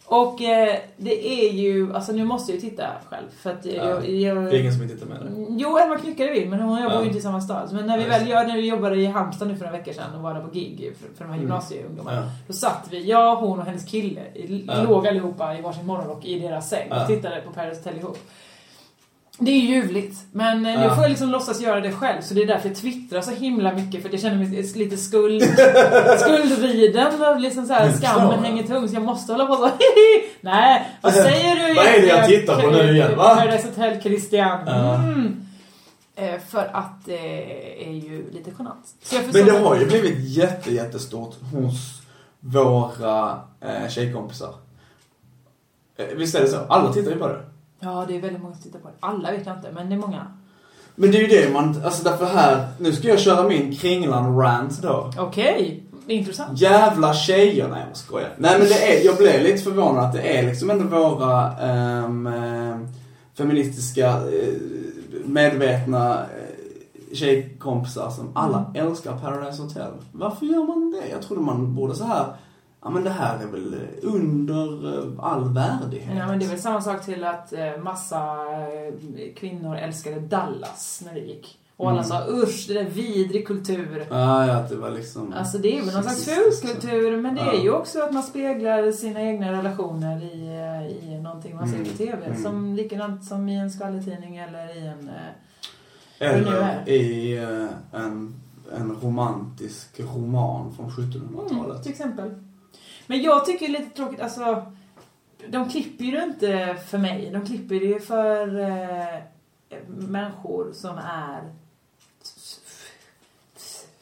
Speaker 4: Och eh, det är ju, alltså nu måste jag ju titta själv. För att jag,
Speaker 5: Ja.
Speaker 4: jag, jag, Mm.
Speaker 5: Det är ingen som vill titta med det.
Speaker 4: Jo, Emma Knyckare vill, men hon jobbar
Speaker 5: Ja.
Speaker 4: ju inte i samma stad. Men när vi
Speaker 5: Ja,
Speaker 4: väl
Speaker 5: just
Speaker 4: gör, när vi jobbade i Halmstad nu för några veckor sedan och var där på gig för, för de här
Speaker 5: Mm.
Speaker 4: gymnasieungdomarna.
Speaker 5: Ja.
Speaker 4: Då satt vi, jag, hon och hennes kille, i,
Speaker 5: Ja.
Speaker 4: låg allihopa i varsin morgonrock i deras säng
Speaker 5: Ja.
Speaker 4: och tittade på Paradise Hotel ihop. Det är ljuvligt, men eh, nu
Speaker 5: Ja.
Speaker 4: får jag liksom låtsas göra det själv så det är därför jag twittrar så himla mycket för att jag känner mig lite skuld, skuldriden och liksom så här,
Speaker 5: Jag förstår.
Speaker 4: skammen hänger tung så jag måste hålla på så Hihi! Nej, vad säger du
Speaker 5: Vad är det jag tittar på nu igen, va?
Speaker 4: Paradise Hotel Christian.
Speaker 5: Ja.
Speaker 4: Mm. Eh, För att det är ju lite genant. Så jag
Speaker 5: Men
Speaker 4: förstår-
Speaker 5: det har ju blivit jätte, jättestort hos våra eh, tjejkompisar. Eh, Visst är det så? Alla tittar ju på det.
Speaker 4: Ja, det är väldigt många som tittar på det. Alla vet jag inte, men det är många.
Speaker 5: Men det är ju det man, alltså därför här, nu ska jag köra min Kringlan-rant då.
Speaker 4: Okej, intressant.
Speaker 5: Jävla tjejer, nej jag skojar. Nej men det är, jag blev lite förvånad att det är liksom ändå våra ehm, ehm, feministiska, eh, medvetna eh, tjejkompisar som
Speaker 4: Mm.
Speaker 5: alla älskar Paradise Hotel. Varför gör man det? Jag trodde man borde så här, ja men det här är väl under eh, all värdighet.
Speaker 4: Ja, men det är väl samma sak till att eh, massa eh, kvinnor älskade Dallas när det gick. Och alla
Speaker 5: Mm.
Speaker 4: sa usch, det där är vidrig kultur.
Speaker 5: Ja, ja, att det var liksom...
Speaker 4: Alltså det är väl någon slags
Speaker 5: sexistiskt,
Speaker 4: ful kultur men det är
Speaker 5: Ja.
Speaker 4: ju också att man speglar sina egna relationer i, eh, i någonting man ser
Speaker 5: Mm,
Speaker 4: på TV.
Speaker 5: mm.
Speaker 4: Som likadant som i en skvallertidning eller i en... eh, vad det nu
Speaker 5: Eller
Speaker 4: är.
Speaker 5: i eh, en, en romantisk roman från 1700-talet.
Speaker 4: Mm, till exempel. Men jag tycker det är lite tråkigt, alltså. De klipper ju det inte för mig. De klipper det ju för eh, människor som är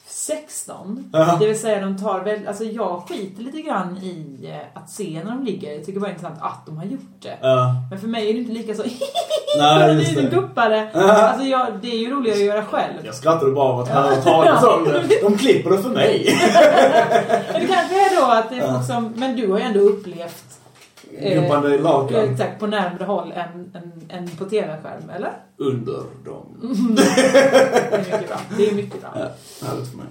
Speaker 4: 16.
Speaker 5: Ja.
Speaker 4: Det vill säga de tar väl, alltså jag skiter lite grann i eh, att se när de ligger. Jag tycker bara det är intressant att de har gjort det.
Speaker 5: Ja.
Speaker 4: Men för mig är det inte lika så
Speaker 5: Nej,
Speaker 4: kolla nu
Speaker 5: just
Speaker 4: är det en
Speaker 5: det.
Speaker 4: guppare.
Speaker 5: Ja.
Speaker 4: Alltså jag, det är ju roligare att göra själv.
Speaker 5: Jag skrattade bara av att höra talas om det. De klipper det för mig.
Speaker 4: Men det kanske är då att det är
Speaker 5: Ja.
Speaker 4: folk som, men du har ju ändå upplevt eh,
Speaker 5: Guppande i lakan.
Speaker 4: Exakt, på närmare håll än, än, än på TV-skärm, eller?
Speaker 5: Under dem.
Speaker 4: Mm. Det är mycket bra. Det är mycket bra.
Speaker 5: Ja, Härligt för mig.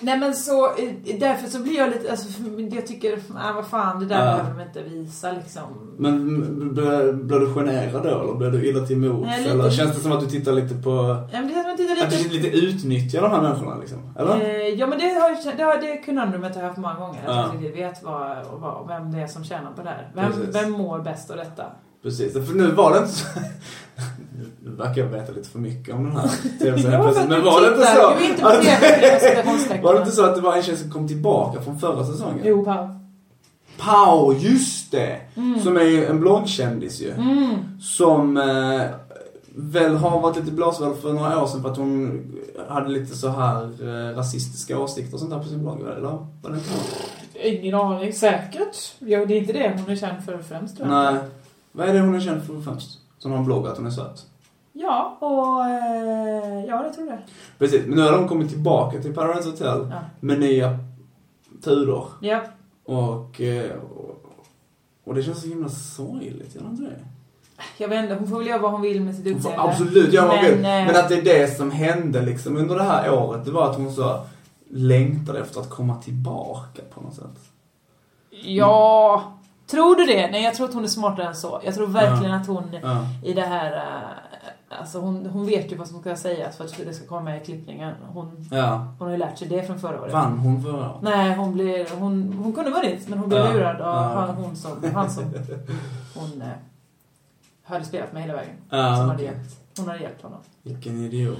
Speaker 4: Nej men så, eh, därför så blir jag lite, alltså, för- jag tycker, äh, vad fan, det där
Speaker 5: Ja.
Speaker 4: behöver de inte visa liksom.
Speaker 5: Men m- blir blir du generad då eller blir du illa till mods?
Speaker 4: Nej, lite-
Speaker 5: Eller känns det som att du tittar lite på...
Speaker 4: Ja, men det känns som
Speaker 5: Att
Speaker 4: att
Speaker 5: du
Speaker 4: lite...
Speaker 5: lite utnyttjar de här människorna liksom? Eller?
Speaker 4: Eh, Ja men det, har, jag känt- det, har, det kunde jag haft många gånger. Att
Speaker 5: Ja.
Speaker 4: jag riktigt vet vad, och vad, och vem det är som tjänar på det här. Vem,
Speaker 5: Precis.
Speaker 4: vem mår bäst av detta?
Speaker 5: Precis, för nu var det inte så... Nu- Nu verkar jag veta lite för mycket om den här tv-serien
Speaker 4: Ja,
Speaker 5: plötsligt.
Speaker 4: för att
Speaker 5: Men
Speaker 4: du
Speaker 5: var det inte
Speaker 4: tittar.
Speaker 5: så?
Speaker 4: Du är inte
Speaker 5: att-
Speaker 4: med i presentationstecknen.
Speaker 5: Var det inte så att det var en tjej som kom tillbaka från förra säsongen?
Speaker 4: Jo, Pau.
Speaker 5: Pau, just det!
Speaker 4: Mm.
Speaker 5: Som är ju en bloggkändis ju.
Speaker 4: Mm.
Speaker 5: Som eh, väl har varit lite blåsväll för några år sedan för att hon hade lite så här eh, rasistiska åsikter och sånt där på sin blogg, eller? Var det inte hon?
Speaker 4: Ingen aning, säkert. Ja, det är inte det hon är känd för främst tror jag.
Speaker 5: Nej. Vad är det hon är känd för främst? Som har en blogg, att hon är söt.
Speaker 4: Ja, och... eh, Ja, jag tror det.
Speaker 5: Precis, men nu har de kommit tillbaka till Paradise Hotel
Speaker 4: Ja.
Speaker 5: med nya turer.
Speaker 4: Ja.
Speaker 5: Och, eh, och, och det känns så himla sorgligt, gör det inte det?
Speaker 4: Jag vet inte, hon får väl göra vad hon vill med sitt
Speaker 5: Hon får
Speaker 4: utseende.
Speaker 5: absolut göra vad hon vill.
Speaker 4: eh,
Speaker 5: Men att det är det som hände liksom under det här året, det var att hon så längtade efter att komma tillbaka på något sätt.
Speaker 4: Ja... Tror du det? Nej, jag tror att hon är smartare än så. Jag tror verkligen att hon
Speaker 5: Ja.
Speaker 4: i det här... eh, Alltså hon, hon vet ju vad som ska sägas för att det ska komma i klippningen. Hon,
Speaker 5: Ja.
Speaker 4: hon har ju lärt sig det från förra året.
Speaker 5: Vann hon förra året?
Speaker 4: Nej, hon, blir, hon, hon kunde vunnit men hon blev
Speaker 5: Ja.
Speaker 4: lurad av
Speaker 5: Ja.
Speaker 4: han, hon som, han som hon eh, hade spelat med hela vägen.
Speaker 5: Ja,
Speaker 4: som hade
Speaker 5: okej.
Speaker 4: hjälpt, hon hade hjälpt honom.
Speaker 5: Vilken idiot.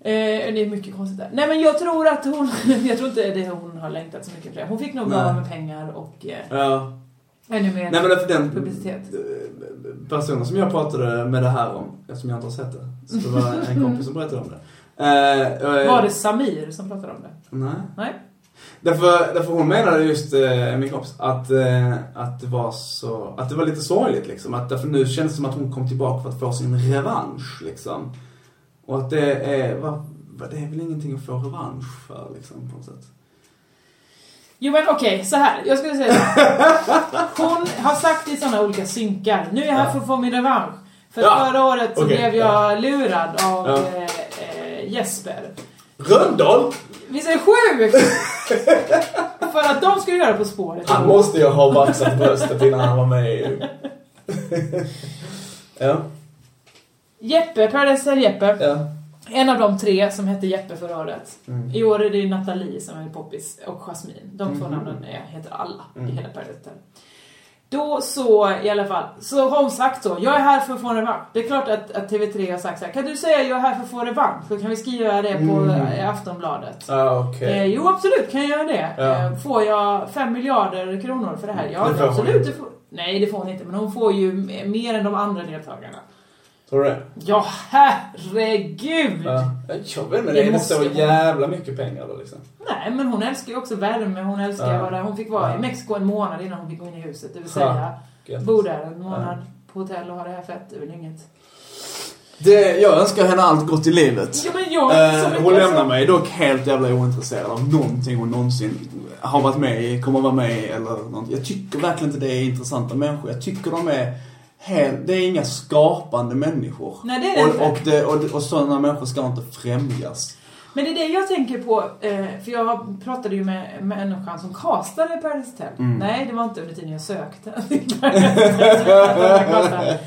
Speaker 4: Eh, det är mycket konstigt där. Nej men jag tror att hon, jag tror inte det hon har längtat så mycket för det. Hon fick nog bra
Speaker 5: Nej.
Speaker 4: med pengar och eh,
Speaker 5: Ja.
Speaker 4: ännu mer
Speaker 5: Nej men för den eh,
Speaker 4: publicitet.
Speaker 5: personen som jag pratade med det här om, eftersom jag inte har sett det, så det var en kompis som berättade om det. Eh, eh,
Speaker 4: Var det Samir som pratade om det?
Speaker 5: Nej.
Speaker 4: Nej.
Speaker 5: Därför, därför hon menade just, eh, min kompis, att, eh, att det var så, att det var lite sorgligt liksom. Att därför nu känns det som att hon kom tillbaka för att få sin revansch liksom. Och att det är, va, va, det är väl ingenting att få revansch för liksom på något sätt.
Speaker 4: Jo men okej, så här. Jag skulle säga så här. Hon har sagt i sådana olika synkar. Nu är jag här
Speaker 5: Ja.
Speaker 4: för att få min revansch. För
Speaker 5: Ja.
Speaker 4: förra året så
Speaker 5: Okej,
Speaker 4: blev
Speaker 5: ja.
Speaker 4: jag lurad av
Speaker 5: Ja.
Speaker 4: eh, eh, Jesper.
Speaker 5: Rönndahl!
Speaker 4: Visst är det sjukt? för att de skulle göra På spåret.
Speaker 5: Han måste ju ha vaxat bröstet innan han var med i... ja.
Speaker 4: Jeppe, Paradise Hotel Jeppe.
Speaker 5: Ja.
Speaker 4: En av de tre som hette Jeppe förra året.
Speaker 5: Mm.
Speaker 4: I år är det ju Nathalie som är poppis och Jasmine. De två
Speaker 5: Mhm.
Speaker 4: namnen är, heter alla
Speaker 5: Mm.
Speaker 4: i hela Paradise Hotel. Då så i alla fall, så har hon sagt så. Jag är här för att få en revansch. Det är klart att, att TV3 har sagt så här. Kan du säga jag är här för att få revansch? Så kan vi skriva det på
Speaker 5: Mm.
Speaker 4: eh, Aftonbladet.
Speaker 5: Ja, Ah, okej.
Speaker 4: Eh, jo absolut kan jag göra det.
Speaker 5: Ja. Mm.
Speaker 4: Eh, får jag 5 miljarder kronor för det här? Ja
Speaker 5: Det får hon
Speaker 4: absolut.
Speaker 5: inte.
Speaker 4: Du får... Nej det får hon inte. Men hon får ju m- mer än de andra deltagarna.
Speaker 5: Tror du det?
Speaker 4: Ja, herregud!
Speaker 5: Ja. Jag vet inte,
Speaker 4: Det
Speaker 5: är det
Speaker 4: måste
Speaker 5: så
Speaker 4: hon.
Speaker 5: jävla mycket pengar då liksom?
Speaker 4: Nej, men hon älskar ju också värme. Hon älskar
Speaker 5: Ja.
Speaker 4: att vara där. Hon fick vara i
Speaker 5: Ja.
Speaker 4: Mexiko en månad innan hon fick gå in i huset. Det vill
Speaker 5: Ja,
Speaker 4: säga,
Speaker 5: gött.
Speaker 4: bo där en månad på hotell och ha det här fett. Det är väl inget.
Speaker 5: Det, jag önskar henne allt gott i livet.
Speaker 4: Ja,
Speaker 5: Eh,
Speaker 4: men jag- så mycket
Speaker 5: hon lämnar
Speaker 4: alltså.
Speaker 5: mig dock helt jävla ointresserad av någonting hon någonsin har varit med i, kommer vara med i eller någonting. Jag tycker verkligen inte det är intressanta människor. Jag tycker de är helt, det är inga skapande människor.
Speaker 4: Nej, det är det inte.
Speaker 5: och, och, det, och, och sådana människor ska inte främjas.
Speaker 4: Men det är det jag tänker på, eh, för jag pratade ju med med människan som castade i Paradise Hotel.
Speaker 5: Mm.
Speaker 4: Nej, det var inte under tiden jag sökte. till Paradise Hotel som jag castade.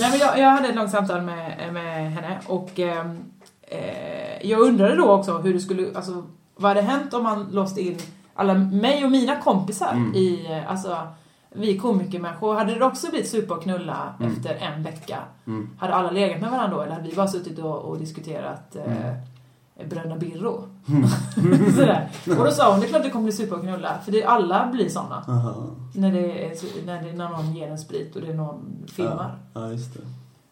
Speaker 4: Nej, men jag, jag hade ett långt samtal med, eh, med henne och ehm, eh, jag undrade då också hur det skulle, alltså vad hade hänt om man låste in alla, mig och mina kompisar
Speaker 11: Mm.
Speaker 4: i, eh, alltså vi komikermänniskor, hade det också blivit supa och knulla
Speaker 11: Mm.
Speaker 4: efter en vecka?
Speaker 11: Mm.
Speaker 4: Hade alla legat med varandra då eller hade vi bara suttit och, och diskuterat eh,
Speaker 11: Mm.
Speaker 4: bröderna Birro?
Speaker 5: Mm.
Speaker 4: Sådär. Och då sa hon, det är klart det kommer bli supa och knulla, för det, alla blir såna.
Speaker 5: Aha.
Speaker 4: När, det är, när, det, när någon ger en sprit och det är någon filmar.
Speaker 5: Ja, ja just det.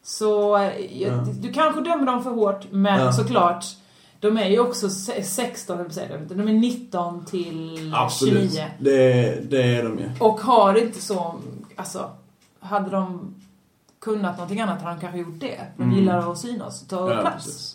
Speaker 4: Så eh, jag,
Speaker 5: Ja.
Speaker 4: du kanske dömer dem för hårt, men
Speaker 5: Ja.
Speaker 4: såklart de är ju också se- 16, eller säger jag inte, de är 19 till 29.
Speaker 5: Det, det är de ju.
Speaker 4: Och har inte så, alltså, hade de kunnat någonting annat hade de kanske gjort det. De
Speaker 5: Mm.
Speaker 4: gillar att synas och ta
Speaker 5: Ja,
Speaker 4: plats.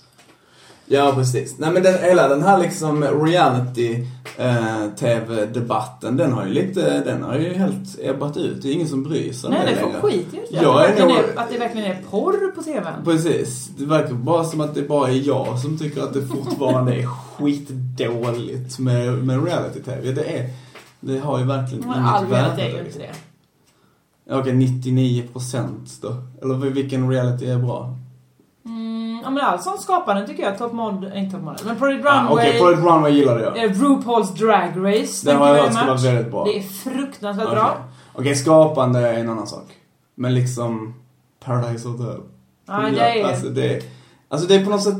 Speaker 5: Ja, precis. Nej men den, hela den här liksom reality-tv-debatten, den har ju lite, den har ju helt ebbat ut. Det är ingen som bryr sig om
Speaker 4: Nej, det
Speaker 5: längre.
Speaker 4: får skit ju
Speaker 5: Jag
Speaker 4: att, det
Speaker 5: är
Speaker 4: verkligen
Speaker 5: nog...
Speaker 4: är, att det verkligen är porr på TVn.
Speaker 5: Precis. Det verkar bara som att det bara är jag som tycker att det fortfarande är skitdåligt med, med reality-tv. Det är... Det har ju verkligen
Speaker 4: Men all
Speaker 5: inget värde.
Speaker 4: reality är ju inte det.
Speaker 5: Ja, Okej, 99% då. Eller vilken reality är bra?
Speaker 4: Mm, ja men all sån skapande tycker jag, Top Model, inte Top Model, men Project
Speaker 5: Ah,
Speaker 4: Runway.
Speaker 5: Okej, Project Runway gillade jag.
Speaker 4: eh, RuPaul's Drag Race.
Speaker 5: Den
Speaker 4: thank
Speaker 5: har
Speaker 4: you
Speaker 5: jag
Speaker 4: very
Speaker 5: hört ska vara
Speaker 4: much.
Speaker 5: väldigt bra. Ah,
Speaker 4: Det är fruktansvärt
Speaker 5: Okej.
Speaker 4: bra.
Speaker 5: Okej, skapande är en annan sak. Men liksom Paradise Hotel.
Speaker 4: Ja, det Ah, är-
Speaker 5: Alltså det, alltså det är på något sätt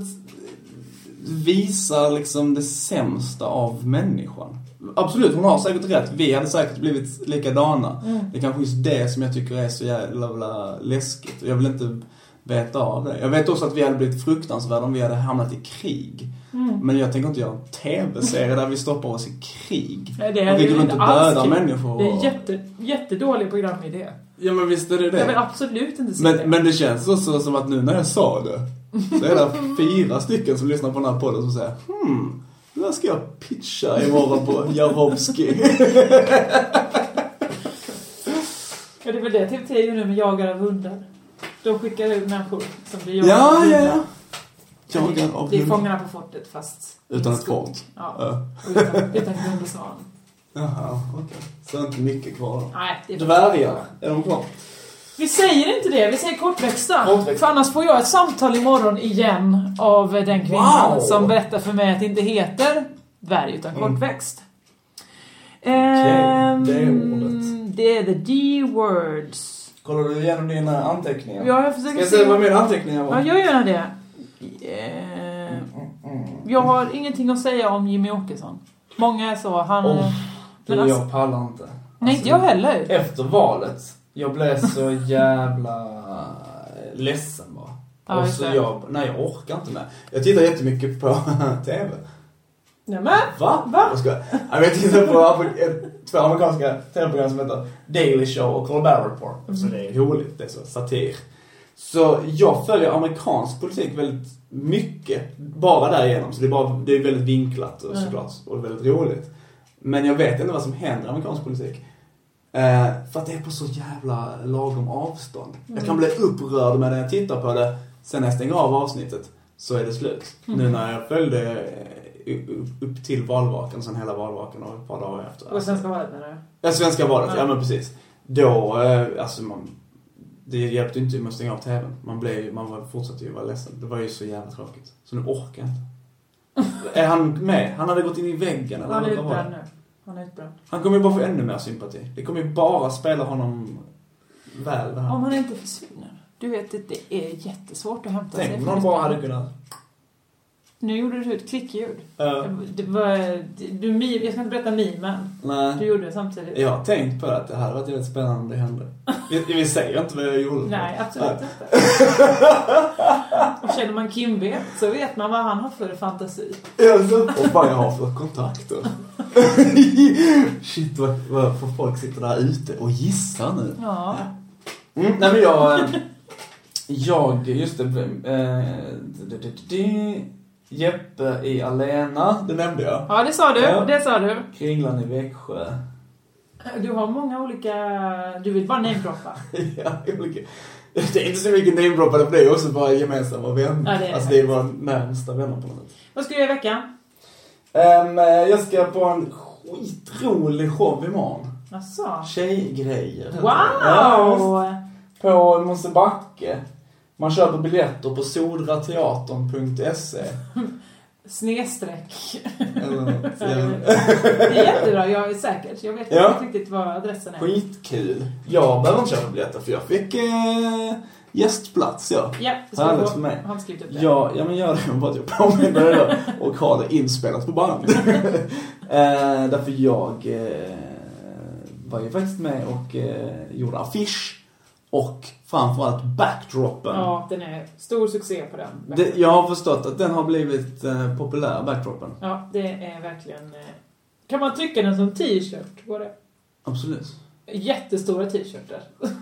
Speaker 5: visar liksom det sämsta av människan. Absolut, hon har säkert rätt. Vi hade säkert blivit likadana.
Speaker 4: Mm.
Speaker 5: Det är kanske just det som jag tycker är så jävla läskigt. Och jag vill inte veta av det. Jag vet också att vi hade blivit fruktansvärda om vi hade hamnat i krig.
Speaker 4: Mm.
Speaker 5: Men jag tänker inte göra en TV-serie där vi stoppar oss i krig.
Speaker 4: Nej, det är
Speaker 5: och vi
Speaker 4: ju
Speaker 5: går runt och
Speaker 4: inte alls
Speaker 5: dödar
Speaker 4: kul.
Speaker 5: människor.
Speaker 4: Det
Speaker 5: och-
Speaker 4: är jätte, jättedålig programidé.
Speaker 5: Ja men visst är det
Speaker 4: Jag vill
Speaker 5: det.
Speaker 4: absolut inte se det.
Speaker 5: Men, men det känns också som att nu när jag sa det så är det fyra stycken som lyssnar på den här podden som säger hmm, det där ska jag pitcha imorgon på Jarowski.
Speaker 4: Ja, det är väl det TV3 gör nu med jagar av hundar. De skickar ut människor som blir jagade
Speaker 5: ja,
Speaker 4: av
Speaker 5: ja,
Speaker 4: hundar.
Speaker 5: ja. Jagar av
Speaker 4: Det är
Speaker 5: hundar.
Speaker 4: Fångarna på fortet fast...
Speaker 5: Utan
Speaker 4: i
Speaker 5: ett
Speaker 4: skog.
Speaker 5: fort.
Speaker 4: Ja.
Speaker 5: Ja.
Speaker 4: Och Utan, utan guld och svan.
Speaker 5: Jaha, okej. Så är inte mycket kvar då.
Speaker 4: Nej, det är-
Speaker 5: Dvärgar, är de kvar?
Speaker 4: Vi säger inte det, vi säger kortväxta. För annars får jag ett samtal imorgon igen av den kvinnan
Speaker 11: Wow.
Speaker 4: som berättar för mig att det inte heter dvärg utan
Speaker 11: Mm.
Speaker 4: kortväxt.
Speaker 5: Okej, det är
Speaker 4: ordet. Det är the D words.
Speaker 5: Kollar du igenom dina anteckningar?
Speaker 4: Ja, jag försöker
Speaker 5: Ska jag säga vad mina anteckningar var?
Speaker 4: Ja, gör gärna det.
Speaker 5: Mm,
Speaker 4: Eh, Jag har ingenting att säga om Jimmy Åkesson. Många är så, han...
Speaker 5: Åh,
Speaker 4: men
Speaker 5: Du,
Speaker 4: alltså-
Speaker 5: jag pallar inte. Alltså,
Speaker 4: Nej, inte jag heller.
Speaker 5: Efter valet, jag blev så jävla ledsen bara.
Speaker 4: Ja,
Speaker 5: och
Speaker 4: just
Speaker 5: så
Speaker 4: det.
Speaker 5: jag, nej jag orkar inte med. Jag tittar jättemycket på TV.
Speaker 4: Nämen!
Speaker 5: Va? Va? Jag skojar. Nej, men Jag tittar på amer- två amerikanska TV-program som heter Daily Show och Colbert Report. Så det är roligt, det är så satir. Så jag följer amerikansk politik väldigt mycket, bara därigenom. Så det är, bara, det är väldigt vinklat och
Speaker 11: Ja.
Speaker 5: såklart, och väldigt roligt. Men jag vet inte vad som händer i amerikansk politik. Eh, för att det är på så jävla lagom avstånd. Jag kan
Speaker 11: Mm.
Speaker 5: bli upprörd med när jag tittar på det. Sen när jag stänger av avsnittet så är det slut.
Speaker 11: Mm.
Speaker 5: Nu när jag följde eh, upp- upp till valvakan, sen hela valvakan och ett par dagar efter.
Speaker 4: Och svenska valet menar du?
Speaker 5: Ja, svenska valet, ja,
Speaker 4: Ja.
Speaker 5: men precis. Då, eh, alltså man... Det hjälpte ju inte med att stänga av TVn. Man, blev, ju- man var, fortsatte ju vara ledsen. Det var ju så jävla tråkigt. Så nu orkar jag inte. är han med? Han hade gått in i väggen eller
Speaker 4: Han är
Speaker 5: vad var det?
Speaker 4: utbränd nu. Han är utbränd.
Speaker 5: Han kommer ju bara få ännu mer sympati. Det kommer ju bara spela honom väl det här.
Speaker 4: Om han inte försvinner. Du vet att det är jättesvårt att hämta sig.
Speaker 5: Tänk om
Speaker 4: från
Speaker 5: någon bara hade kunnat... Eh,
Speaker 4: Nu gjorde du ett klickljud.
Speaker 5: Ja.
Speaker 4: Det var, du, mim- jag ska inte berätta mimen.
Speaker 5: Nej.
Speaker 4: Du gjorde det samtidigt.
Speaker 5: Jag har tänkt på det, att det hade varit väldigt spännande om det hände. Vi, vi säger inte vad jag gjorde. Eh,
Speaker 4: Nej, absolut
Speaker 5: Nej.
Speaker 4: inte. Och känner man Kimby så vet man vad han har för fantasi.
Speaker 5: Alltså, och fan jag har för kontakter. Shit vad, vad får folk sitta där ute och gissa nu.
Speaker 4: Ja.
Speaker 5: Mm, nej men jag... eh, Jag, just det. Eh, d- d- d- d- Jeppe i Alena, det nämnde jag.
Speaker 4: Ja, det sa du.
Speaker 5: Ja.
Speaker 4: Det sa du.
Speaker 5: Kringlan i Växjö.
Speaker 4: Du har många olika... Du vill bara namedroppa.
Speaker 5: Ja, olika. Det är inte så mycket namedroppade för det är också bara gemensamma vänner.
Speaker 4: Ja, det är det
Speaker 5: alltså det är våra närmsta vänner på något sätt.
Speaker 4: Vad ska du göra i veckan?
Speaker 5: Ehm, eh, jag ska på en skitrolig show imorgon.
Speaker 4: Jaså?
Speaker 5: Tjejgrejer.
Speaker 4: Wow!
Speaker 5: Ja, visst. på Mosebacke. Man köper biljetter på sodrateatern.se.
Speaker 4: Snedstreck.
Speaker 5: Eller-
Speaker 4: det är jättebra. Jag är säkert. Jag vet
Speaker 5: Ja.
Speaker 4: inte riktigt vad adressen är.
Speaker 5: Skitkul. Jag behöver inte köpa biljetter för jag fick eh, gästplats jag.
Speaker 4: Ja, det ska
Speaker 5: Härligt
Speaker 4: gå.
Speaker 5: för mig.
Speaker 4: Han har skrivit upp det.
Speaker 5: Ja, ja men gör det bara att jag påminner dig då och har det inspelat på band. eh, därför jag eh, var ju faktiskt med och eh, gjorde affisch och framförallt backdropen.
Speaker 4: Ja, den är stor succé på den.
Speaker 5: Det, jag har förstått att den har blivit eh, populär, backdropen.
Speaker 4: Ja, det är verkligen... eh, Kan man trycka den som t-shirt? Går det?
Speaker 5: Absolut.
Speaker 4: Jättestora t-shirter.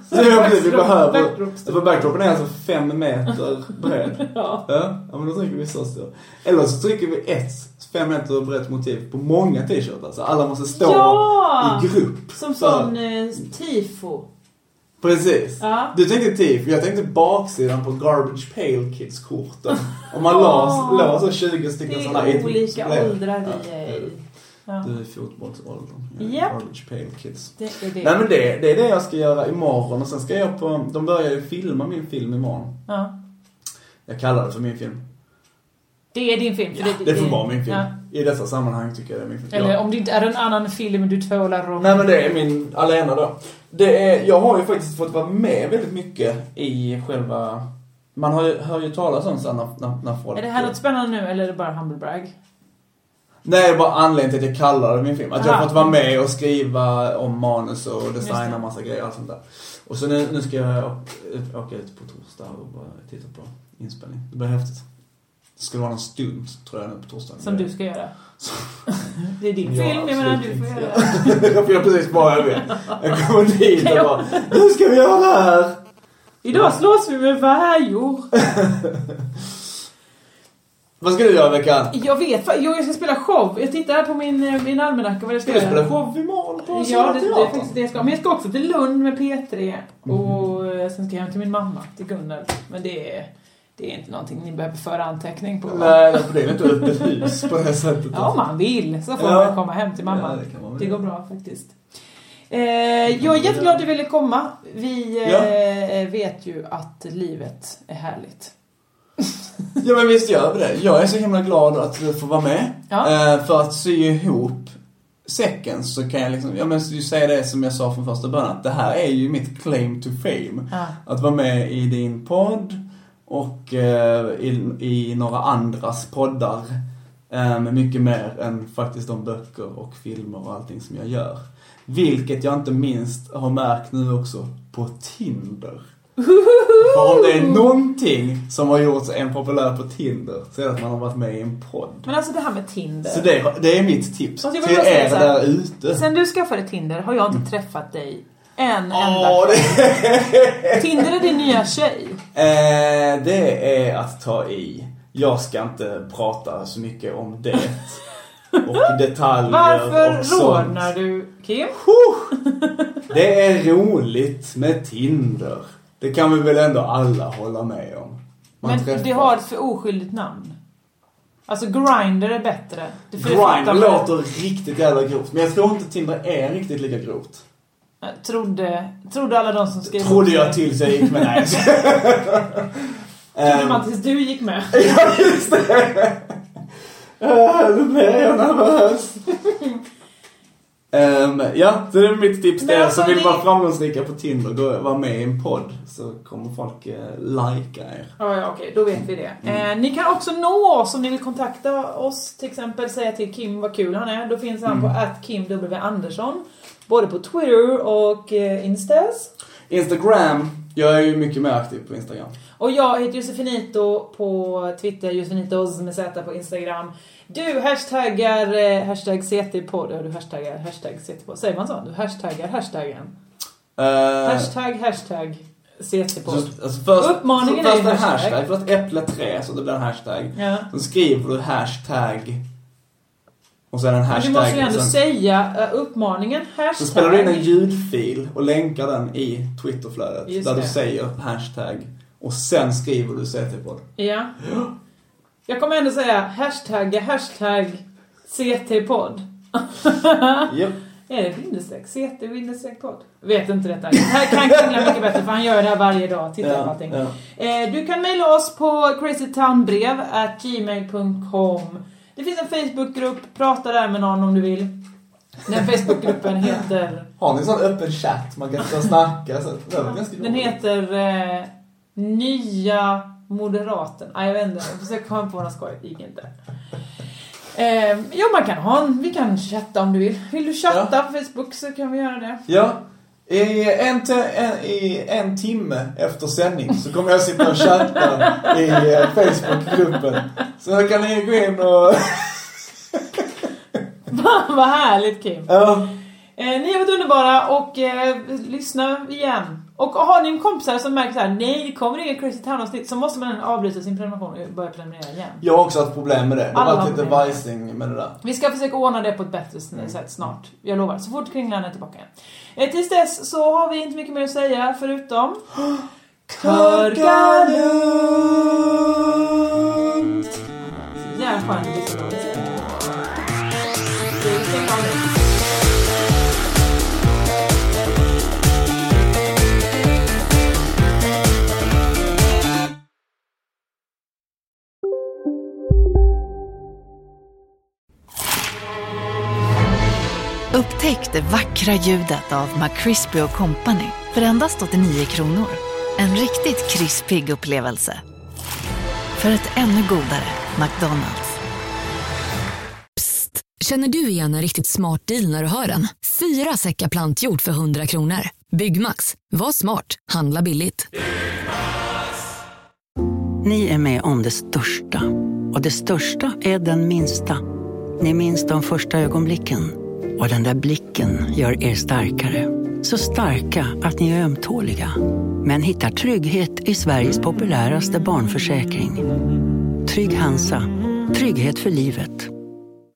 Speaker 5: Så det är precis, vi
Speaker 4: Backdrop-
Speaker 5: behöver.
Speaker 4: backdropstor.
Speaker 5: För backdropen är alltså fem meter bred.
Speaker 4: Ja.
Speaker 5: ja. men då trycker vi så stor. Eller så trycker vi ett fem meter brett motiv på många t-shirtar. Så alla måste stå
Speaker 4: Ja!
Speaker 5: i grupp.
Speaker 4: Som
Speaker 5: Så här.
Speaker 4: sån eh, tifo.
Speaker 5: Precis.
Speaker 4: Ja.
Speaker 5: Du tänkte TIF, jag tänkte baksidan på Garbage Pail Kids-korten. Om man la,
Speaker 4: Åh.
Speaker 5: la så 20 stycken
Speaker 4: Det
Speaker 5: sådana
Speaker 4: är
Speaker 5: ett-
Speaker 4: olika
Speaker 5: så blev-
Speaker 4: åldrar vi
Speaker 5: Ja,
Speaker 4: är i.
Speaker 5: ja.
Speaker 4: Ja.
Speaker 5: Du är i fotbollsåldern.
Speaker 4: Japp.
Speaker 5: Garbage Pail Kids.
Speaker 4: Det är det.
Speaker 5: Nej men det, det är det jag ska göra imorgon och sen ska jag på, de börjar ju filma min film imorgon.
Speaker 4: Ja.
Speaker 5: Jag kallar det för min film.
Speaker 4: Det är din film. för
Speaker 5: Det får vara min film.
Speaker 4: Ja.
Speaker 5: I dessa sammanhang tycker jag det är min film.
Speaker 4: Eller
Speaker 5: Ja.
Speaker 4: om det inte är en annan film du tvålar om.
Speaker 5: Nej men det är min alena då. Det är, jag har ju faktiskt fått vara med väldigt mycket i själva... Man har ju, hör ju talas om sådana när, när folk...
Speaker 4: Är det här något spännande nu eller är det bara humble brag?
Speaker 5: Nej, det är bara anledningen till att jag kallar det min film. Att jag
Speaker 4: Ah.
Speaker 5: har fått vara med och skriva om manus och
Speaker 4: Just
Speaker 5: designa
Speaker 4: det.
Speaker 5: massa grejer och allt sånt där. Och så nu, nu ska jag åka- åka ut på torsdag och bara titta på inspelning. Det blir häftigt. Det skulle vara någon stund, tror jag, nu på torsdag.
Speaker 4: Som du ska göra. Det är din
Speaker 5: Ja,
Speaker 4: film, jag menar du
Speaker 5: absolut
Speaker 4: får
Speaker 5: inte.
Speaker 4: göra.
Speaker 5: jag får göra precis vad jag vill. Jag kommer dit och bara, nu ska vi göra det här!
Speaker 4: Idag slåss vi med värjor.
Speaker 5: Vad ska du göra i veckan?
Speaker 4: Jag vet fa- jo jag ska spela show. Jag tittar här på min, eh, min almanacka vad jag ska
Speaker 5: Ska du spela
Speaker 4: göra.
Speaker 5: show imorgon på
Speaker 4: Ja, det, det är
Speaker 5: Södra
Speaker 4: faktiskt
Speaker 5: Teatern?
Speaker 4: det jag ska. Men jag ska också till Lund med P3
Speaker 5: Mm.
Speaker 4: och eh, sen ska jag hem till min mamma, till Gunnel. Men det är, det är inte någonting ni behöver föra anteckning på.
Speaker 5: Nej, nej, för det är väl inte öppet hus på det här sättet.
Speaker 4: Ja, om man vill så får
Speaker 5: Ja.
Speaker 4: man komma hem till mamma.
Speaker 5: Ja, det
Speaker 4: det,
Speaker 5: kan man väl
Speaker 4: går
Speaker 5: göra.
Speaker 4: bra faktiskt. Eh, jag är jätteglad att du ville komma. Vi eh, vet ju att livet är härligt.
Speaker 5: Ja men visst gör vi det. Jag är så himla glad att du får vara med.
Speaker 4: Ja.
Speaker 5: Eh, för att sy ihop säcken så kan jag liksom, jag måste ju säga det som jag sa från första början att det här är ju mitt claim to fame.
Speaker 4: Ja.
Speaker 5: Att vara med i din podd och eh, i, i några andras poddar. Eh, men mycket mer än faktiskt de böcker och filmer och allting som jag gör. Vilket jag inte minst har märkt nu också på Tinder. För om det är någonting som har gjort en populär på Tinder så är det att man har varit med i en podd.
Speaker 4: Men alltså det här med Tinder.
Speaker 5: Så det, det är mitt tips
Speaker 4: Alltså, jag vill bara
Speaker 5: till
Speaker 4: säga
Speaker 5: er
Speaker 4: så här.
Speaker 5: där ute.
Speaker 4: Sen du skaffade Tinder har jag inte
Speaker 5: Mm.
Speaker 4: träffat dig en
Speaker 5: Åh,
Speaker 4: enda gång. Tinder är din nya tjej.
Speaker 5: Eh, det är att ta i. Jag ska inte prata så mycket om det. Och detaljer
Speaker 4: Varför
Speaker 5: och sånt.
Speaker 4: rodnar du Kim?
Speaker 5: Det är roligt med Tinder. Det kan vi väl ändå alla hålla med om. Man
Speaker 4: Men
Speaker 5: träffar-
Speaker 4: det har ett för oskyldigt namn. Alltså Grindr är bättre. Det får du fatta
Speaker 5: Grime
Speaker 4: med-
Speaker 5: låter riktigt jävla grovt. Men jag tror inte Tinder är riktigt lika grovt.
Speaker 4: Jag Trodde, trodde alla de som skrev
Speaker 5: Trodde jag tills jag gick med. Nej.
Speaker 4: Trodde
Speaker 5: Ehm,
Speaker 4: man tills du gick med.
Speaker 5: Ja, just det. Eh, Nu blir jag nervös. Ehm, ja, så det är mitt tips till
Speaker 4: Men
Speaker 5: er
Speaker 4: alltså,
Speaker 5: som vill
Speaker 4: det-
Speaker 5: vara framgångsrika på Tinder. Gå och vara med i en podd så kommer folk eh, lajka er.
Speaker 4: Ja, ja okej, då vet vi det.
Speaker 5: Mm.
Speaker 4: Eh, ni kan också nå oss om ni vill kontakta oss. Till exempel säga till Kim vad kul han är. Då finns
Speaker 5: Mm.
Speaker 4: han på @kimw andersson. Både på Twitter och eh, Instas.
Speaker 5: Instagram. Jag är ju mycket mer aktiv på Instagram.
Speaker 4: Och jag heter Josefinito på Twitter, Josefinitos med Z på Instagram. Du hashtaggar eh, hashtag CT-podd. Ja, du hashtaggar hashtag CT-podd. Säger man så? Du hashtaggar hashtaggen.
Speaker 5: Eh,
Speaker 4: Hashtag hashtag CT-podd.
Speaker 5: Så- Alltså först,
Speaker 4: Uppmaningen
Speaker 5: först
Speaker 4: är ju
Speaker 5: en
Speaker 4: hashtag.
Speaker 5: hashtag. Först äpple 3 så det blir en hashtag.
Speaker 4: Ja.
Speaker 5: Sen skriver du hashtag. Och sen en
Speaker 4: Men du
Speaker 5: hashtag.
Speaker 4: måste ju
Speaker 5: och
Speaker 4: ändå
Speaker 5: sen,
Speaker 4: säga eh, uppmaningen
Speaker 5: så
Speaker 4: hashtag.
Speaker 5: spelar du in en ljudfil och länkar den i Twitterflödet.
Speaker 4: Just
Speaker 5: där
Speaker 4: det.
Speaker 5: du säger hashtag. Och sen skriver du CT på det.
Speaker 4: Ja. Jag kommer ändå säga hashtag, hashtag CT-podd. Ah.
Speaker 5: Japp.
Speaker 4: Är det bindestreck? CT bindestreck podd? Vet inte detta. Det här kan Kringla mycket bättre för han gör det här varje dag. Tittar
Speaker 5: Ja,
Speaker 4: på allting.
Speaker 5: ja.
Speaker 4: Eh, du kan mejla oss på crazytownbrev at gmail.com Det finns en Facebookgrupp. Prata där med någon om du vill. Den Facebookgruppen heter...
Speaker 5: Har ni en sån öppen chatt man kan sitta och snacka? Så, det var ganska
Speaker 4: Den heter eh, Nya Moderaten. Nej, jag vet inte. Jag försöker komma på något skoj. Det gick inte. Eh, ja, man kan ha en, vi kan chatta om du vill. Vill du chatta på Facebook så kan vi göra det.
Speaker 5: Ja. I en, te, en, I en timme efter sändning så kommer jag sitta och chatta i eh, Facebookgruppen. Så här kan ni gå in och...
Speaker 4: Fan, Vad härligt Kim.
Speaker 5: Ja.
Speaker 4: Eh, ni har varit underbara och eh, lyssna igen. Och har ni en kompisar som märker så här, nej det kommer inget Crazy Town avsnitt så måste man avbryta sin prenumeration och börja prenumerera igen.
Speaker 5: Jag har också haft problem med det. Det
Speaker 4: Alla
Speaker 5: har
Speaker 4: har
Speaker 5: varit lite
Speaker 4: problem.
Speaker 5: vajsing med det där.
Speaker 4: Vi ska försöka ordna det på ett bättre s- sätt snart. Jag lovar. Så fort Kringlan är tillbaka igen. Eh, tills dess så har vi inte mycket mer att säga förutom... Körka lugnt! Jävla skön viselåt.
Speaker 11: Upptäck det vackra ljudet av McCrispy Company för endast 89 kronor. En riktigt krispig upplevelse. För ett ännu godare McDonalds.
Speaker 12: Känner du igen en riktigt smart deal när du hör den? Fyra säckar plantjord för 100 kronor. Byggmax. Var smart. Handla billigt.
Speaker 13: Ni är med om det största. Och det största är den minsta. Ni minns de första ögonblicken. Och den där blicken gör er starkare. Så starka att ni är ömtåliga. Men hittar trygghet i Sveriges populäraste barnförsäkring. Trygg Hansa. Trygghet för livet.